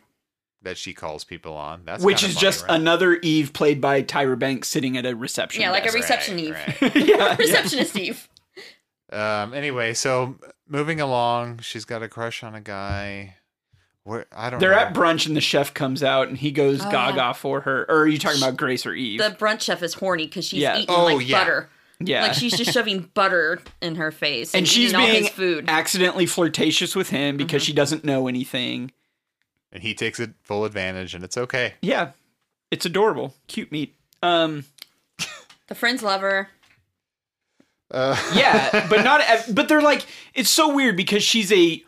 B: that she calls people on. That's
C: Which
B: kinda
C: is
B: funny,
C: just
B: right?
C: another Eve played by Tyra Banks sitting at a reception.
D: Yeah, like a
C: desk.
B: Right,
D: reception Eve.
B: right.
C: yeah, yeah.
D: Receptionist Eve.
B: Um. Anyway, so moving along, she's got a crush on a guy. Where I don't.
C: They're
B: know.
C: at brunch and the chef comes out and he goes
D: Oh,
C: gaga
D: yeah.
C: for her. Or are you talking about Grace or Eve?
D: The brunch chef is horny because she's
C: Yeah.
D: eating
B: Oh,
D: like
B: yeah.
D: butter.
C: yeah.
D: Like she's just shoving butter in her face and,
C: and she's
D: eating all
C: being
D: his food. Mm-hmm.
C: accidentally flirtatious with him because she doesn't know anything.
B: and he takes it full advantage, and it's okay.
C: Yeah. It's adorable. Cute meat. Um
D: the friends love her.
B: Uh,
C: yeah, but not ev- but they're like it's so weird because she's a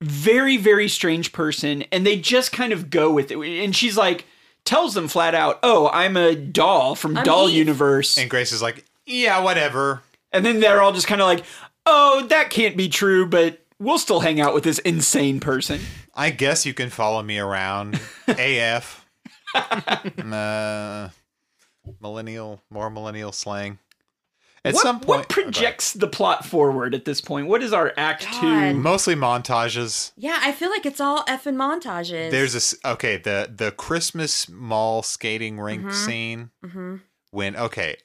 C: very very strange person and they just kind of go with it. And she's like tells them flat out, "Oh, I'm a doll from
D: I'm
C: Doll
D: Eve."
C: Universe."
B: and Grace is like, yeah, whatever.
C: And then they're all just kind of like, "Oh, that can't be true, but we'll still hang out with this insane person."
B: I guess you can follow me around. AF. Uh, millennial, more millennial slang. At
C: what,
B: some point,
C: what projects the plot forward at this point? What is our act
B: Okay.
C: two?
D: God.
B: mostly montages.
D: Yeah, I feel like it's all effing montages.
B: There's this okay the the Christmas mall skating rink
D: Mm-hmm.
B: scene
D: Mhm.
B: when okay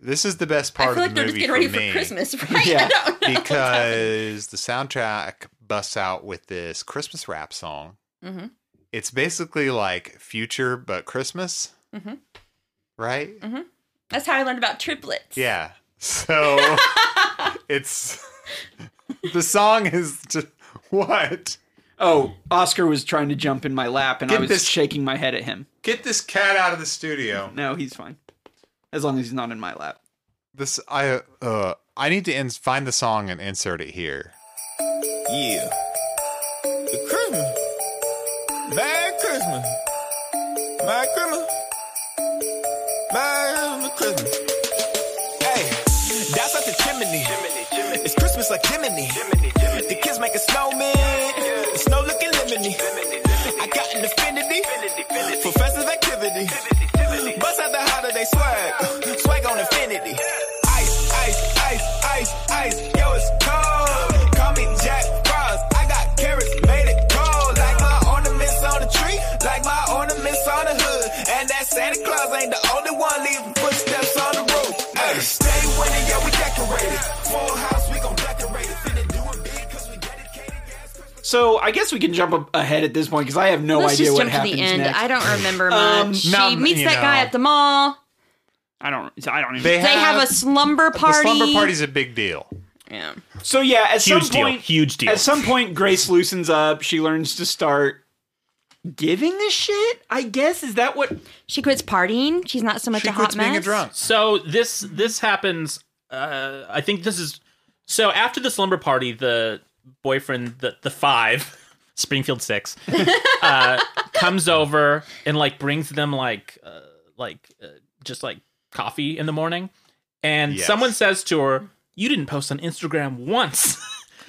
B: this is the best
D: I
B: part
D: feel like
B: of the
D: they're just
B: movie
D: getting ready
B: me
D: for Christmas, right?
C: Yeah.
D: I don't know.
B: because the soundtrack busts out with this Christmas rap song.
D: Mhm.
B: It's basically like future but Christmas,
D: Mhm.
B: right?
D: Mm-hmm. That's how I learned about triplets.
B: Yeah. So it's the song is just what?
C: Oh, Oscar was trying to jump in my lap, and I
B: Get
C: was
B: this-
C: shaking my head at him.
B: Get this cat out of the studio.
C: No, he's fine, as long as he's not in my lap.
B: This I uh I need to ins- find the song and insert it here.
F: Yeah. The Christmas. Merry Christmas. Merry Christmas. Merry Christmas. Hey, that's out the chimney. It's Christmas like Jiminy. The kids make a snowman. The snow looking lemony. I got an affinity for festive activity. Bust out the holiday swag. Swag on affinity. Ice, ice, ice, ice, ice. Yo, it's cold. Call me Jack Frost. I got carrots, made it cold. Like my ornaments on the tree, like my ornaments on the hood. And that Santa Claus ain't the only one leaving footsteps on the roof. Hey, stay winning, yeah, we decorated. Full house, we gon' decorate it. Finna do it big, cause we dedicated. Yeah, it's Christmas.
C: So I guess we can jump a- ahead at this point because I have no
D: Let's
C: idea
D: just
C: what
D: jump to
C: happens
D: the end.
C: next.
D: I don't remember much.
C: Um,
D: she
B: no,
D: meets
B: you
D: that guy
B: know.
D: at the mall.
C: I don't. I don't even.
B: They
D: They have a slumber party.
B: The slumber party's a big deal.
D: Yeah.
C: so yeah, at
E: Huge
C: some
E: deal.
C: point,
E: Huge deal.
C: at some point, Grace loosens up. She learns to start giving a shit. I guess is that what?
D: She quits partying. She's not so much
B: She
D: a hot
B: quits being a
D: mess.
B: drunk.
E: So this this happens. Uh, I think this is so after the slumber party, the boyfriend, the the five, Springfield Six, uh, comes over and like brings them like uh, like uh, just like coffee in the morning, and
B: Yes.
E: someone says to her, "You didn't post on Instagram once."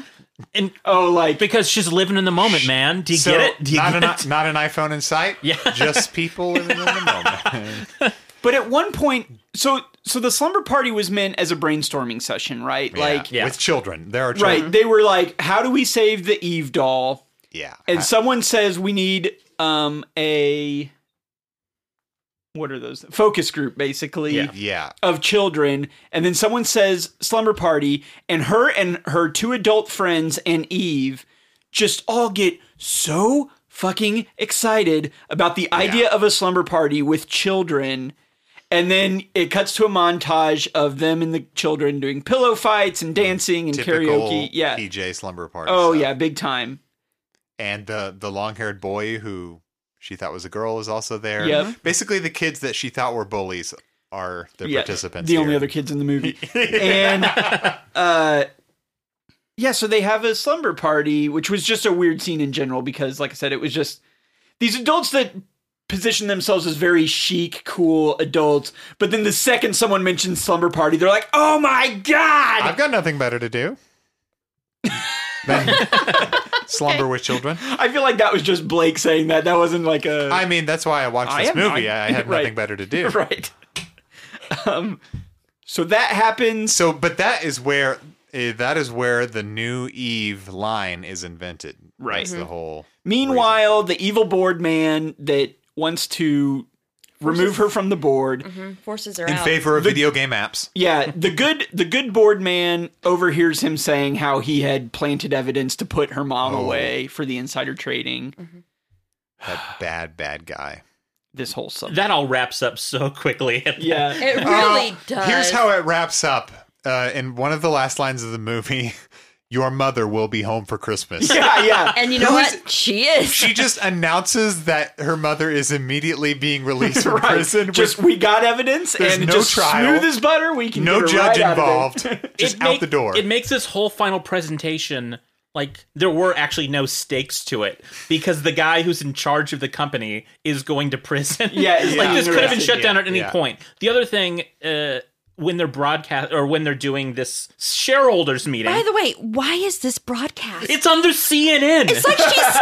E: and
C: Oh, like
E: because she's living in the moment, man. Do you
B: So,
E: get it? Do you
B: not
E: get
B: an
E: it?
B: not an iPhone in sight.
E: Yeah.
B: just people living in the moment.
C: But at one point, so so the slumber party was meant as a brainstorming session, right? Like,
E: Yeah.
B: with children, there are children.
D: Mm-hmm.
C: right? They were like, "How do we save the Eve doll?"
B: Yeah,
C: And
B: I-
C: someone says, "We need um a what are those focus group, basically."
E: Yeah.
B: yeah,
C: Of children, and then someone says slumber party, and her and her two adult friends and Eve just all get so fucking excited about the idea of a slumber party with children. And then it cuts to a montage of them and the children doing pillow fights and dancing and
B: typical
C: karaoke. Yeah.
B: PJ slumber party.
C: oh,
B: stuff.
C: yeah, big time.
B: and the the long haired boy who she thought was a girl is also there.
C: Yep.
B: basically the kids that she thought were bullies are the
C: Yeah,
B: participants.
C: The only
B: here.
C: other kids in the movie. and uh yeah, so they have a slumber party, which was just a weird scene in general because like I said, it was just these adults that position themselves as very chic, cool adults, but then the second someone mentions slumber party, they're like, "Oh my god."
B: I've got nothing better to do. than Slumber with Children.
C: I feel like that was just Blake saying that. That wasn't like a
B: I mean, that's why I watched
C: I
B: this
C: am
B: movie.
C: not-
B: I, I had
C: right.
B: nothing better to do.
C: right. um, so that happens.
B: So, but that is where eh, that is where the new Eve line is invented.
C: Right.
B: That's the whole.
C: Meanwhile, the evil board man that wants to remove her from the board.
B: Mm-hmm.
D: Forces
C: Mm-hmm.
D: are
B: in
D: out.
B: favor of video game apps.
C: Yeah, the good the good board man overhears him saying how he had planted evidence to put her mom
B: Oh. Mm-hmm.
C: away for the insider trading.
B: That bad, bad guy.
C: This whole subject.
E: That all wraps up so quickly.
C: Yeah.
D: It really
B: Uh,
D: does.
B: Here's how it wraps up. Uh, in one of the last lines of the movie, your mother will be home for Christmas.
C: yeah, yeah.
D: and you know
B: Who
D: what?
B: is-
D: she is.
B: She just announces that her mother is immediately being released from
C: Right.
B: prison.
C: just
B: with
C: we got evidence
B: There's
C: and
B: no
C: just
B: trial.
C: smooth as butter. We can
B: no
C: get her
B: judge
C: right out of there.
B: involved. Just
E: It
B: out
E: make-
B: the door.
E: It makes this whole final presentation like there were actually no stakes to it because the guy who's in charge of the company is going to prison.
C: Yeah, it's
E: like
C: not
E: this could have been
C: interesting.
E: shut down at any
B: Yeah.
E: point. The other thing, uh, when they're broadcast or when they're doing this shareholders meeting,
D: By the way, why is this broadcast?
E: it's under CNN.
D: It's like she's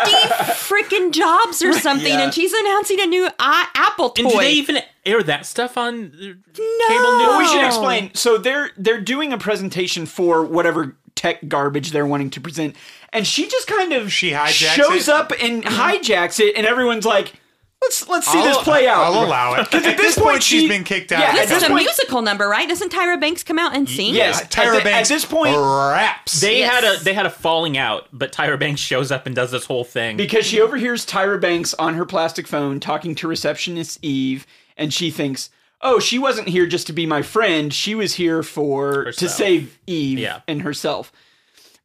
D: Steve freaking Jobs or something,
C: Yeah.
D: and she's announcing a new uh, Apple toy.
E: and do they even air that stuff on uh, cable
D: No.
E: news?
C: Well, we should
D: Oh.
C: explain. So they're they're doing a presentation for whatever tech garbage they're wanting to present, and she just kind of
B: She hijacks
C: shows
B: it.
C: up and hijacks it, and everyone's like, "Let's let's see this
B: I'll-
C: play out."
B: I'll allow it.
C: Because
B: At this point, she's been kicked out.
C: Yeah,
D: this
C: at
D: is
C: this
D: a
C: point,
D: musical number, right? Doesn't Tyra Banks come out and sing?
C: Yes.
B: Tyra
C: at the- at
B: Banks
C: this point-
B: raps.
E: They
D: Yes.
E: had a they had a falling out, but Tyra Banks shows up and does this whole thing.
C: because she overhears Tyra Banks on her plastic phone talking to receptionist Eve, and she thinks. Oh, she wasn't here just to be my friend. She was here for to
E: Herself.
C: save Eve
E: Yeah.
C: and herself.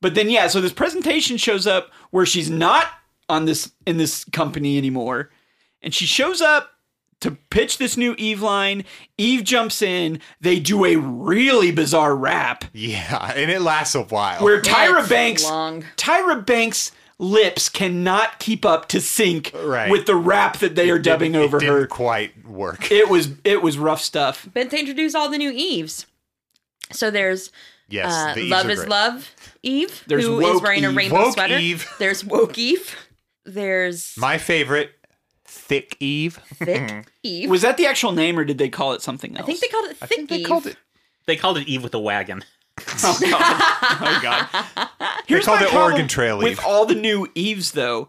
C: But then yeah, so this presentation shows up where she's not on this in this company anymore. And she shows up to pitch this new Eve line. Eve jumps in, they do a really bizarre rap
B: yeah, and it lasts a while.
C: where
D: Yeah,
C: Tyra
D: it's
C: Banks
D: long.
C: Tyra Banks lips cannot keep up to sync
B: Right.
C: with the rap that they are dubbing
B: It
C: over
B: didn't
C: her.
B: quite work.
C: It was it was rough stuff.
D: But they introduce all the new Eves. So there's
B: yes,
D: uh,
B: the Eves
D: Love
B: are
D: is
B: great.
D: Love Eve, who
C: There's
D: is
C: Woke
D: wearing a
C: Eve.
D: rainbow
B: Woke
D: sweater.
B: Eve.
D: There's Woke Eve. There's
B: My Mm-hmm. favorite, Thick Eve.
D: Thick Eve.
C: Was that the actual name or did they call it something else?
D: I think they called it Thick Eve.
E: they called it Eve with a wagon.
C: Oh god. Oh, God. Here's
B: called
C: my
B: it
C: problem
B: Oregon Trail Eve.
C: With all the new Eves though,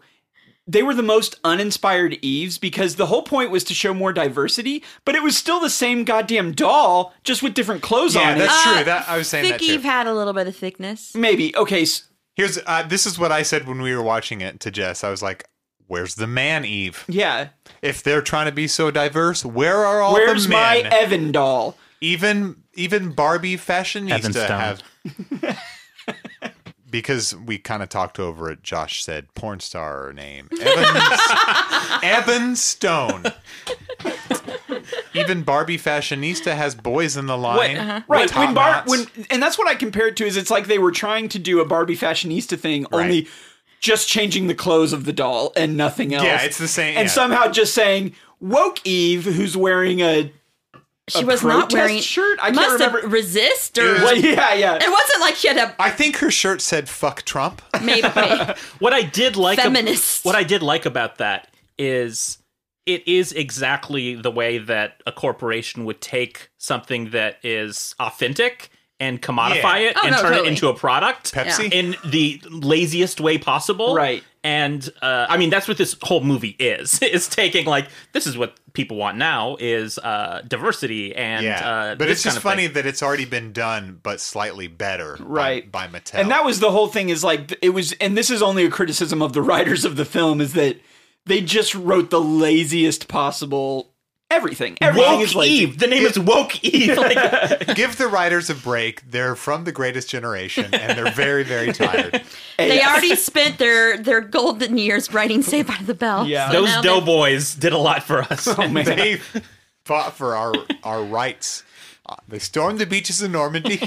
C: they were the most uninspired Eves because the whole point was to show more diversity, but it was still the same goddamn doll, just with different clothes
B: Yeah,
C: on
B: that's
C: it.
B: true. That I was saying
D: Uh, Thick
B: that too.
D: Eve had a little bit of thickness.
C: Maybe. Okay, s-
B: Here's uh, this is what I said when we were watching it to Jess. I was like, "Where's the man, Eve?
C: yeah.
B: If they're trying to be so diverse, where are all
C: Where's
B: the
C: my
B: men?
C: Evan doll?
B: even even Barbie fashionistas
E: Evan Stone.
B: have." because we kind of talked over it. Josh said porn star name Evan, Evan Stone. Even Barbie fashionista has boys in the line.
C: uh-huh. Right.
B: with top
C: When Bar
B: knots.
C: when and that's what I compare it to is it's like they were trying to do a Barbie fashionista thing, only just changing the clothes of the doll and nothing else.
B: Yeah, it's the same-
C: And
B: yeah.
C: somehow just saying woke Eve who's wearing a
D: She
C: A
D: was not
C: protest
D: wearing
C: shirt? I can't
D: must have
C: remember.
D: resist or
B: It
C: well, yeah, yeah.
D: It wasn't like she had a
B: I think her shirt said "fuck Trump."
D: maybe.
E: What I did like ab-
D: Feminist.
E: what I did like about that is it is exactly the way that a corporation would take something that is authentic and commodify
B: Yeah.
E: it
D: Oh,
E: and
D: no,
E: turn
D: totally.
E: it into a product
B: Pepsi? Yeah.
E: in the laziest way possible.
C: Right.
E: And uh, I mean that's what this whole movie is. It's taking like this is what people want now is uh, diversity and uh,
B: but
E: this
B: it's just
E: kind of thing.
B: funny that it's already been done, but slightly better, by-
C: Right.
B: By, Mattel.
C: And that was the whole thing is like th- it was and this is only a criticism of the writers of the film is that they just wrote the laziest possible everything. Everything is
E: Woke
C: lazy.
E: Eve. The name is Woke Eve. Like,
B: give the writers a break. They're from the Greatest Generation, and they're very, very tired.
D: They already spent their their golden years writing Saved by the Bell.
C: Yeah.
D: So
E: those
D: now they-
E: doughboys did a lot for us.
C: Oh man.
B: They fought for our our rights. Uh, They stormed the beaches of Normandy,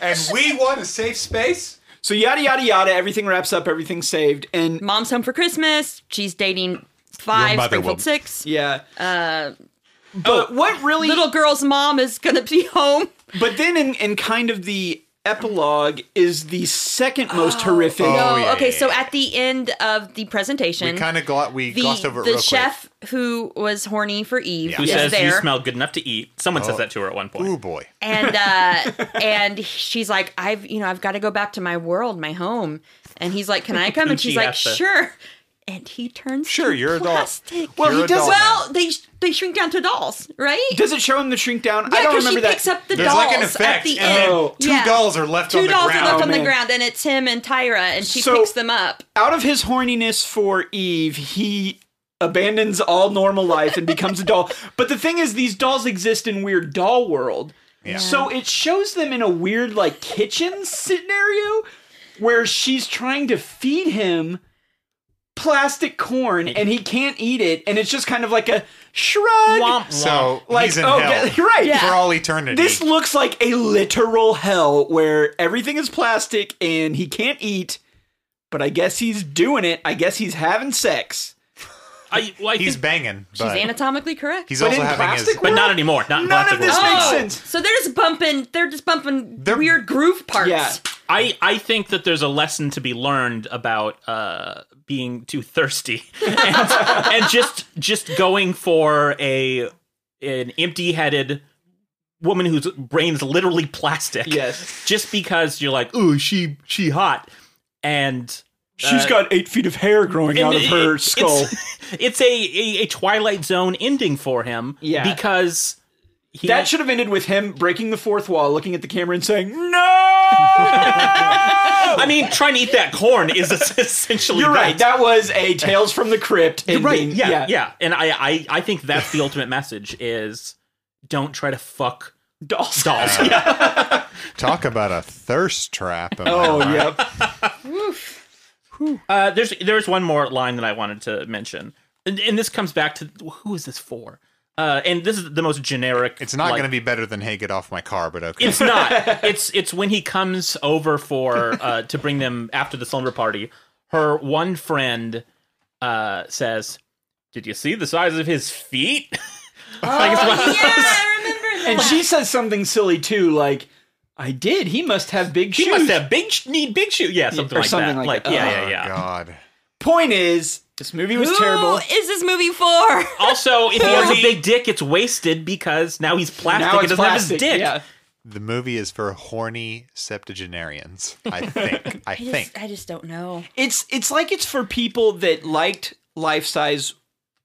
B: and we want a safe space.
C: So yada yada yada, everything wraps up, everything's saved,
B: Mm.
C: and
D: Mom's home for Christmas. She's dating five,
B: Your mother
D: Springfield
B: will-
D: six.
C: yeah. Uh, but what really
D: Little girl's mom is gonna be home.
C: But then in, in kind of the epilogue is the second most horrific.
B: Oh,
D: no,
B: yeah,
D: okay.
B: yeah,
D: so
B: yeah.
D: at the end of the presentation,
B: We kind of glo- we
D: the,
B: glossed over it
D: the
B: real
D: chef who was horny for Eve
B: Yeah.
E: Who
D: was
E: says
D: there.
E: you smell good enough to eat? Someone
C: Oh.
E: says that to her at one
B: quick.
E: point.
B: Ooh boy.
D: and uh and she's like i've you know i've got to go back to my world my home and he's like can i come and
E: She
D: she's like
E: has to.
D: sure and he turns
B: Sure,
D: to
B: you're adult.
D: plastic.
C: Well,
B: You're
C: he does-
B: adult now.
D: well they they shrink down to dolls right
C: Does it show him the shrink down?
D: yeah
C: I don't
D: because
C: remember
D: she
C: that.
D: picks up the
B: There's
D: dolls
B: like an
D: at
B: effect,
D: the
B: and
D: end
C: then
B: two
D: Yeah.
B: dolls are left
D: two
B: on the
D: dolls
B: ground.
D: are left on
C: Oh,
D: the
C: man.
D: ground and it's him and tyra and she
C: So-
D: picks them up
C: out of his horniness for Eve, he abandons all normal life and becomes a doll. But the thing is, these dolls exist in weird doll world. So it shows them in a weird like kitchen scenario where she's trying to feed him plastic corn and he can't eat it, and it's just kind of like a shrug.
E: Womp womp.
B: So
C: Like
B: he's in
C: oh,
B: hell
C: get- right.
D: Yeah.
B: for all eternity.
C: This looks like a literal hell where everything is plastic and he can't eat, but I guess he's doing it. I guess he's having sex.
E: I, well, I
B: he's
E: think-
B: banging,
D: she's
B: but
D: anatomically correct
B: he's
C: But
B: also
C: in
B: having his.
C: plastic
E: but not anymore. Not in
C: None
E: plastic
C: of this
E: world.
C: makes sense.
D: Oh, so they're just bumping they're just bumping
B: They're-
D: weird groove parts
C: Yeah.
E: I, I think that there's a lesson to be learned about uh, being too thirsty and, and just just going for a an empty headed woman whose brain's literally plastic.
C: Yes.
E: Just because you're like, ooh, she she hot and uh,
C: She's got eight feet of hair growing out of
E: And
C: her
E: it-
C: skull.
E: It's, it's a, a a Twilight Zone ending for him.
C: Yeah.
E: because he
C: That should have ended with him breaking the fourth wall, looking at the camera and saying, No!
E: I mean, trying to eat that corn is essentially
C: You're right.
E: That.
C: That was a Tales from the Crypt.
E: You're right.
C: ending.
E: Yeah, yeah, And I, I I think that's the ultimate message is don't try to fuck
C: Dolls.
E: dolls. yeah.
B: Talk about a thirst trap. am I
C: Oh,
B: right?
C: yep.
E: Uh, there's there's one more line that I wanted to mention, and, and this comes back to who is this for? Uh, and this is the most generic.
B: It's not
E: like,
B: going to be better than "Hey, get off my car," but okay.
E: It's not. It's it's when he comes over for uh, to bring them after the slumber party. Her one friend uh, says, "Did you see the size of his feet?" Like, it's
C: Ah,
E: one of those-
D: yeah i remember that
C: And she says something silly, too, like, I did. He must have big
E: He
C: shoes.
E: must have big sh- need big shoe. Yeah, something
C: or
E: like
C: something
E: that.
C: like that.
E: yeah,
B: Oh,
E: yeah, yeah.
B: God.
C: Point is, this movie was
D: Who
C: terrible.
D: is this movie for
E: Also, if he has a big dick, it's wasted because now he's plastic.
C: Now
E: and
C: it's
E: doesn't
C: plastic.
E: have his dick.
C: Yeah.
B: The movie is for horny septuagenarians. I think. I
D: I
B: think.
D: just, I just don't know.
C: It's it's like it's for people that liked Life Size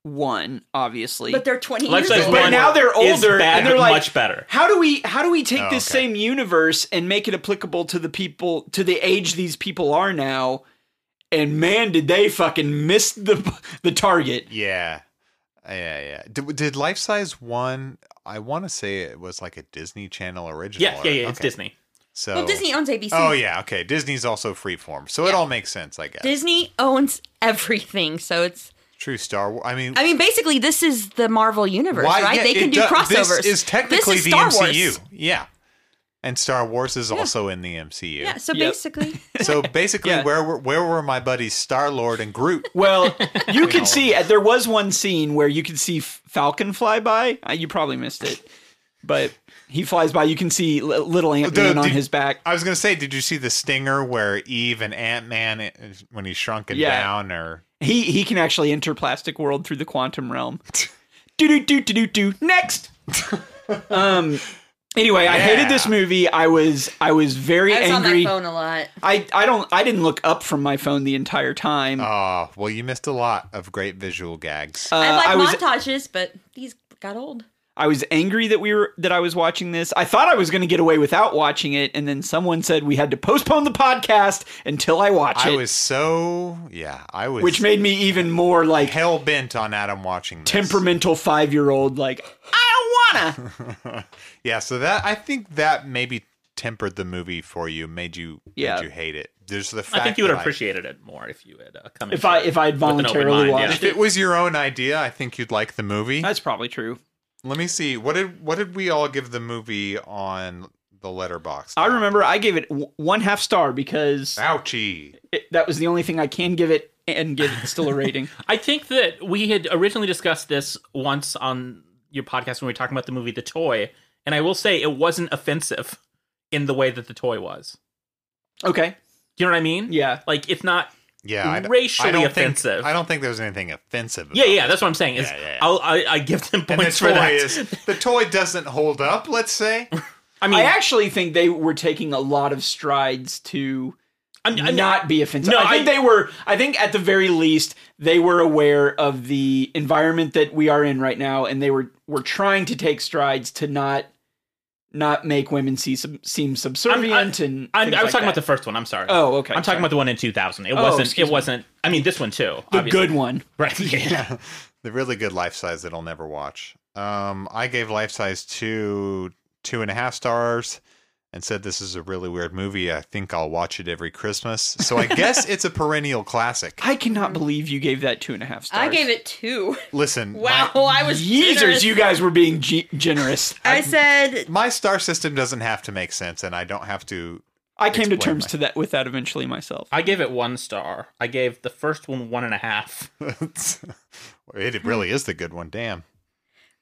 C: One, obviously.
D: But they're 20
E: Life
D: years
E: size
D: old.
C: but
E: one
C: now they're
E: is
C: older
E: bad,
C: and they're like
E: much better.
C: How do we how do we take
B: Oh,
C: this
B: okay.
C: same universe and make it applicable to the people to the age these people are now? And man, did they fucking miss the the target.
B: Yeah. Uh, Yeah, yeah. Did, did Life Size One? I want to say it was like a Disney Channel original.
E: Yeah, yeah,
B: right?
E: yeah. It's
B: Okay.
E: Disney.
B: So
D: Well, Disney owns ABC.
B: Oh yeah, okay. Disney's also Freeform, so it all makes sense, I guess.
D: Disney owns everything, so it's.
B: True Star Wars. I mean,
D: I mean, basically, this is the Marvel universe,
B: why-
D: right?
B: yeah,
D: they can
B: it
D: do
B: does-
D: crossovers.
B: This is technically
D: This is
B: the
D: Star
B: MCU.
D: Wars.
B: Yeah, and Star Wars is also in the MCU.
D: Yeah, so
C: Yep.
D: basically,
B: So basically,
C: Yeah.
B: where were where were my buddies Star Lord and Groot?
C: Well, you could see uh, there was one scene where you could see F- Falcon fly by. Uh, you probably missed it, but he flies by. You can see li- little Ant Man
B: Dude,
C: on
B: did-
C: his back.
B: I was gonna say, did you see the stinger where Eve and Ant Man when he's shrunken
C: Yeah.
B: down? Or
C: He he can actually enter plastic world through the quantum realm. Do do do do do do. Next. um. Anyway, I hated this
B: Yeah.
C: movie. I was I was very
D: I was on my
C: angry.
D: phone a lot.
C: I I don't I didn't look up from my phone the entire time.
B: oh, well, you missed a lot of great visual gags.
C: Uh,
D: I like
C: I was
D: montages, but these got old.
C: I was angry that we were that I was watching this. I thought I was going to get away without watching it, and then someone said we had to postpone the podcast until I watch
B: I
C: it,
B: was so yeah, I was
C: which made me even more like
B: hell bent on Adam watching this.
C: temperamental five year old. Like I don't wanna.
B: Yeah, so that I think that maybe tempered the movie for you, made you
C: Yeah.
B: made you hate it. There's the fact
E: I think you would
B: that
E: have appreciated it more if you had uh, come.
C: If
E: into
C: I
E: it
C: if I had
E: with an open
C: voluntarily
E: mind, yeah.
B: If
C: watched
B: it was your own idea, I think you'd like the movie.
C: That's probably true.
B: Let me see. What did what did we all give the movie on the letterbox?
C: I remember I gave it w- one half star because
B: Ouchie.
C: it, that was the only thing I can give it and give it still a rating.
E: I think that we had originally discussed this once on your podcast when we were talking about the movie The Toy, and I will say it wasn't offensive. in the way that the toy was.
C: Okay.
E: Do you know what I mean?
C: Yeah.
E: like it's not
B: Yeah, I d-
E: Racially
B: I don't think-
E: offensive.
B: I don't think there was anything offensive.
E: Yeah,
B: about
E: yeah, that's what I'm saying. Is
B: Yeah, yeah, yeah.
E: I'll, I, I give them
B: And the
E: points for
B: toy
E: that.
B: is the toy doesn't hold up. Let's say
E: I mean,
C: I actually think they were taking a lot of strides to
E: I'm, I'm
C: not be offensive.
E: No,
C: I think
E: I-
C: they were. I think at the very least they were aware of the environment that we are in right now, and they were were trying to take strides to not not make women see, sub, seem subservient. and
E: I'm,
C: things
E: I was
C: like
E: talking about the
C: that.
E: first one. I'm sorry.
C: Oh, okay.
E: I'm talking about the one in 2000. It
C: Oh,
E: wasn't. It
C: excuse me.
E: wasn't. I mean, this one too.
C: the
E: obviously.
C: good one.
E: right? Yeah.
B: the really good life size that I'll never watch. Um, I gave life size two two and a half stars and said this is a really weird movie. I think I'll watch it every Christmas. So I guess it's a perennial classic.
C: I
E: Mm-hmm.
C: cannot believe you gave that two and a half stars.
D: I gave it two.
B: Listen,
D: Wow,
B: my,
D: I was
C: Yeezers,
D: generous.
C: you guys were being ge- generous.
D: I said
B: my star system doesn't have to make sense, and I don't have to.
C: I came to
B: Explain
C: terms
B: my-
C: to that with that eventually myself.
E: I gave it one star. I gave the first one one and a half.
B: it really is the good one. Damn.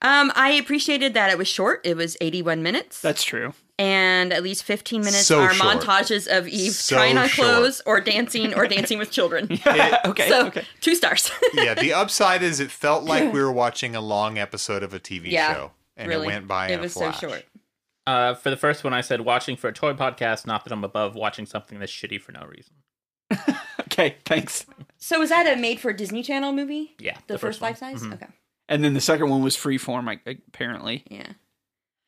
D: um, I appreciated that it was short. It was 81 minutes.
C: That's true.
D: and at least 15 minutes
B: So
D: are
B: short.
D: montages of Eve
B: So
D: trying on
B: short.
D: clothes or dancing or dancing with children.
C: Uh, okay.
D: so,
C: okay.
D: two stars.
B: Yeah. The upside is it felt like we were watching a long episode of a TV
D: Yeah,
B: show, and
D: really.
B: it went by.
D: It
B: in
D: was
B: a flash.
D: so short.
E: Uh, for the first one, I said watching for a toy podcast. Not that I'm above watching something that's shitty for no reason.
C: Okay. Thanks.
D: So, is that a made for Disney Channel movie?
E: Yeah,
D: The,
E: the
D: first,
E: first one.
D: life
B: Mm-hmm.
D: size? Okay.
C: And then the second one was freeform, I- apparently.
D: Yeah.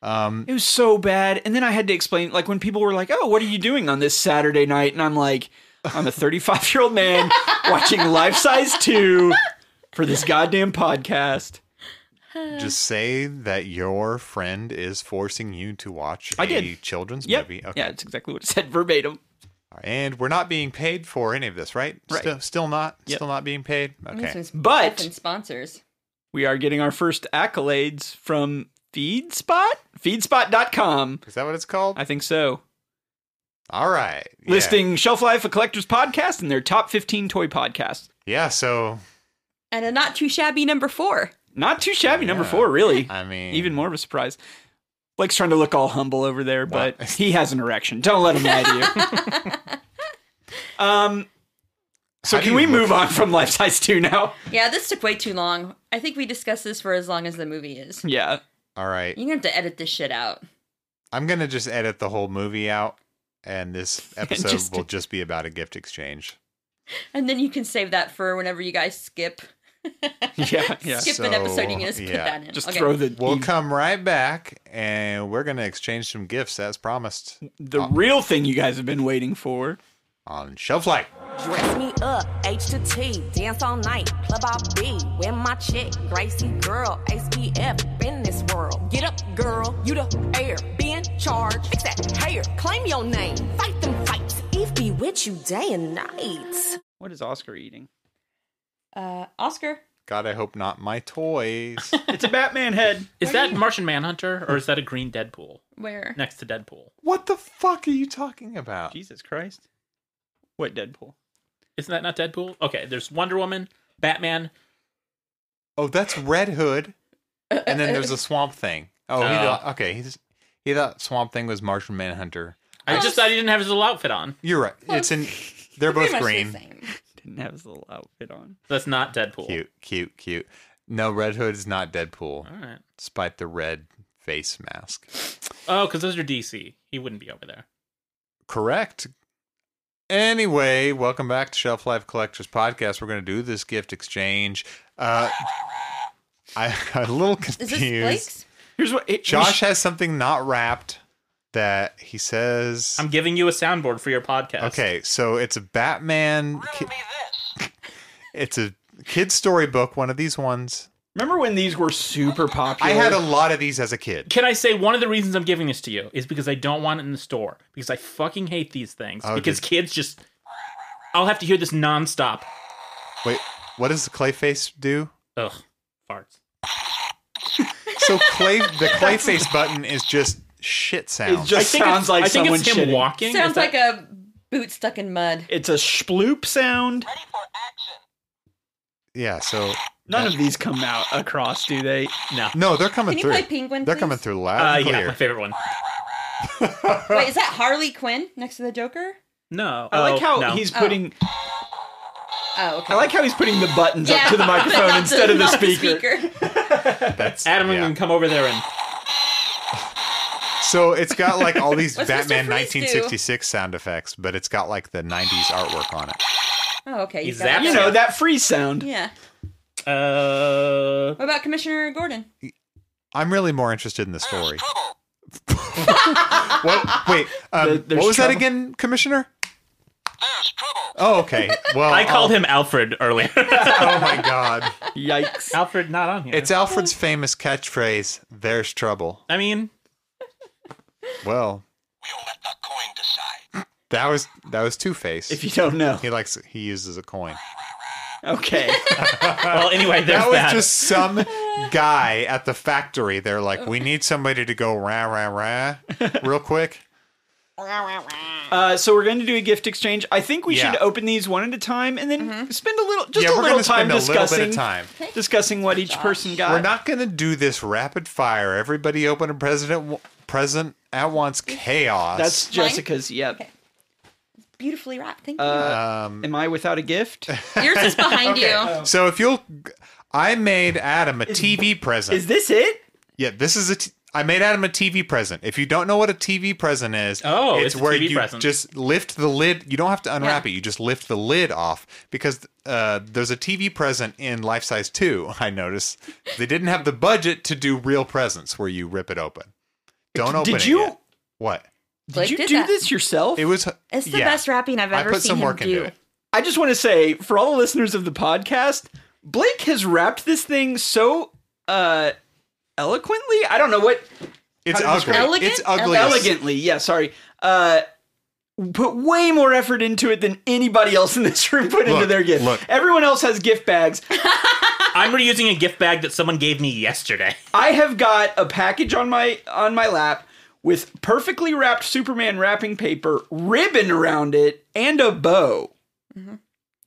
B: Um,
C: It was so bad. And then I had to explain, like, when people were like, oh, what are you doing on this Saturday night? And I'm like, I'm a 35 year old man watching Life Size 2 for this goddamn podcast.
B: Just
C: Uh.
B: say that your friend is forcing you to watch
C: I
B: a
C: did.
B: children's
C: Yep.
B: movie.
C: Yeah, it's exactly what it said verbatim.
B: And we're not being paid for any of this, right?
C: Right.
B: Still, still not.
C: Yep.
B: Still not being paid.
D: This
B: Okay.
D: was
C: But-
D: effing sponsors.
C: We are getting our first accolades from FeedSpot, feedspot.com.
B: Is that what it's called?
C: I think so.
B: All right. Yeah.
C: Listing Shelf Life, a collector's podcast, and their top 15 toy podcasts.
B: Yeah. So
D: And a not too shabby number four.
C: Not too shabby, number
B: Yeah.
C: four, really.
B: I mean,
C: Even more of a surprise. Blake's trying to look all humble over there, but he has an erection. Don't let him lie to you. um, so
B: How do
C: can
B: you
C: we
B: look-
C: move on from Life Size 2 now?
D: Yeah, this took way too long. I think we discussed this for as long as the movie is.
C: Yeah.
B: All right.
D: You're gonna have to edit this shit out.
B: I'm gonna just edit the whole movie out, and this episode
C: just-
B: will just be about a gift exchange.
D: And then you can save that for whenever you guys skip.
C: Yeah, yeah.
D: skip an episode,
B: So,
D: you can just put
B: yeah.
D: that in.
C: Just
D: Okay.
C: throw the
B: We'll come right back, and we're gonna exchange some gifts as promised
C: the real thing you guys have been waiting for.
B: on Shelf Life.
G: Dress me up, H to T, dance all night, club all B, wear my chick, Gracie girl, HBF, in this world. Get up, girl, you the heir, be in charge, fix that hair, claim your name, fight them fights, Eve be with you day and night.
C: What is Oscar eating?
D: uh, Oscar.
B: God, I hope not my toys.
C: It's a Batman head.
E: Is that Martian Manhunter or is that a green Deadpool
D: Where?
E: next to Deadpool?
B: What the fuck are you talking about?
C: Jesus Christ. What Deadpool?
E: Isn't that not Deadpool? Okay, there's Wonder Woman, Batman.
B: Oh, that's Red Hood. And then there's a Swamp Thing. Oh, he
E: Uh.
B: thought, okay. He's, he thought Swamp Thing was Martian Manhunter.
E: I
C: Oh.
E: just thought he didn't have his little outfit on.
B: You're right. It's in. They're
D: Pretty
B: both
D: much the
B: green.
D: same.
C: Didn't have his little outfit on.
E: That's not Deadpool.
B: Cute, cute, cute. No, Red Hood is not Deadpool,
E: All right.
B: despite the red face mask.
E: Oh, because those are DC. He wouldn't be over there.
B: Correct. Anyway, welcome back to Shelf Life Collectors Podcast. We're going to do this gift exchange. Uh, I, I'm a little
D: Is
B: confused.
D: this Blake's?
C: Here's what it,
B: Josh has something not wrapped that he says.
E: I'm giving you a soundboard for your podcast.
B: Okay, so it's a Batman. Ki- it's a kid's storybook, one of these ones.
C: Remember when these were super popular?
B: I had a lot of these as a kid.
E: Can I say one of the reasons I'm giving this to you is because I don't want it in the store because I fucking hate these things
B: Oh,
E: because
B: did-
E: kids just. I'll have to hear this nonstop.
B: Wait, what does the Clayface do?
E: Ugh, farts.
B: So Clay, the Clayface button is just shit sounds.
C: It just sounds
E: it's,
C: like
E: I think
C: someone
E: it's him
C: shitting.
E: walking.
D: Sounds
E: Is that-
D: like a boot stuck in mud.
C: It's a sploop sound.
B: yeah. So
C: None of these come out across, do they?
E: no.
B: no, they're coming
D: Can you
B: through.
D: play Penguin,
B: They're
D: please?
B: coming through loud
E: Uh,
B: and
E: yeah,
B: clear.
E: my favorite one.
D: Wait, is that Harley Quinn next to the Joker?
E: No.
C: I like
E: Oh,
C: how
E: no.
C: he's putting.
D: Oh, okay.
C: I like how he's putting the buttons up to the
D: but
C: microphone
D: not
C: instead of the
D: not
C: speaker.
B: That's
E: Adam,
B: yeah.
E: I'm gonna come over there and
B: So it's got like all these
D: What's
B: Batman
D: Mr. Freeze do?
B: 1966 sound effects, but it's got like the 90s artwork on it.
D: Oh, okay.
E: He
D: you got it.
E: zaps
C: You know that freeze sound.
D: Yeah.
E: uh,
D: What about Commissioner Gordon?
B: I'm really more interested in the story. what? Wait, um,
C: There- there's
B: what was that
C: trouble.
B: again, Commissioner? Oh, okay. Well,
E: I called
B: I'll-
E: him Alfred earlier.
B: Oh my God!
C: Yikes!
E: Alfred not on here.
B: It's Alfred's famous catchphrase. There's trouble.
E: I mean,
B: Well, that was that was Two Face.
C: If you don't know,
B: He likes he uses a coin.
C: okay.
E: well, anyway, there's
B: That
E: Uh, that.
B: was just some guy at the factory. They're like, we need somebody to go rah rah rah real quick.
C: Uh, so we're going to do a gift exchange. I think we
B: Yeah.
C: should open these one at a time and then spend a little, just
B: yeah,
C: a
B: we're
C: little
B: gonna
C: time
B: spend a little
C: discussing,
B: bit of time.
C: discussing what each person got.
B: We're not going to do this rapid fire. Everybody open a president w- present at once chaos.
C: That's Jessica's. Yep.
D: Beautifully wrapped. Thank
C: Uh, Am I without a gift?
D: you. Yours is behind you.
B: so if you'll I made Adam a TV present.
C: Is this it?
B: yeah, this is a t- I made Adam a TV present. If you don't know what a TV present is,
E: Oh, it's a
B: where
E: TV
B: you
E: present.
B: just lift the lid. You don't have to unwrap it. You just lift the lid off because uh, there's a TV present in Life Size 2, I noticed. They didn't have the budget to do real presents where you rip it open. Don't open
C: Did
B: it
C: you?
B: yet. What?
C: Did
D: Blake
C: you
D: did
C: do
D: that.
C: this yourself?
B: It was
D: It's the
B: yeah.
D: best wrapping I've
B: I
D: ever
B: put
D: seen
B: some
D: him
B: work
D: do.
B: into it.
C: I just want to say for all the listeners of the podcast, Blake has wrapped this thing so uh eloquently. I don't know what
B: It's
C: How to
B: ugly.
C: describe
D: it?
B: It's
D: Elegant?
B: ugly. as-
C: elegantly. Yeah, sorry. Uh put way more effort into it than anybody else in this room put into
B: Look,
C: their gift.
B: look.
C: Everyone else has gift bags.
E: I'm reusing a gift bag that someone gave me yesterday.
C: I have got a package on my on my lap with perfectly wrapped Superman wrapping paper, ribbon around it, and a bow.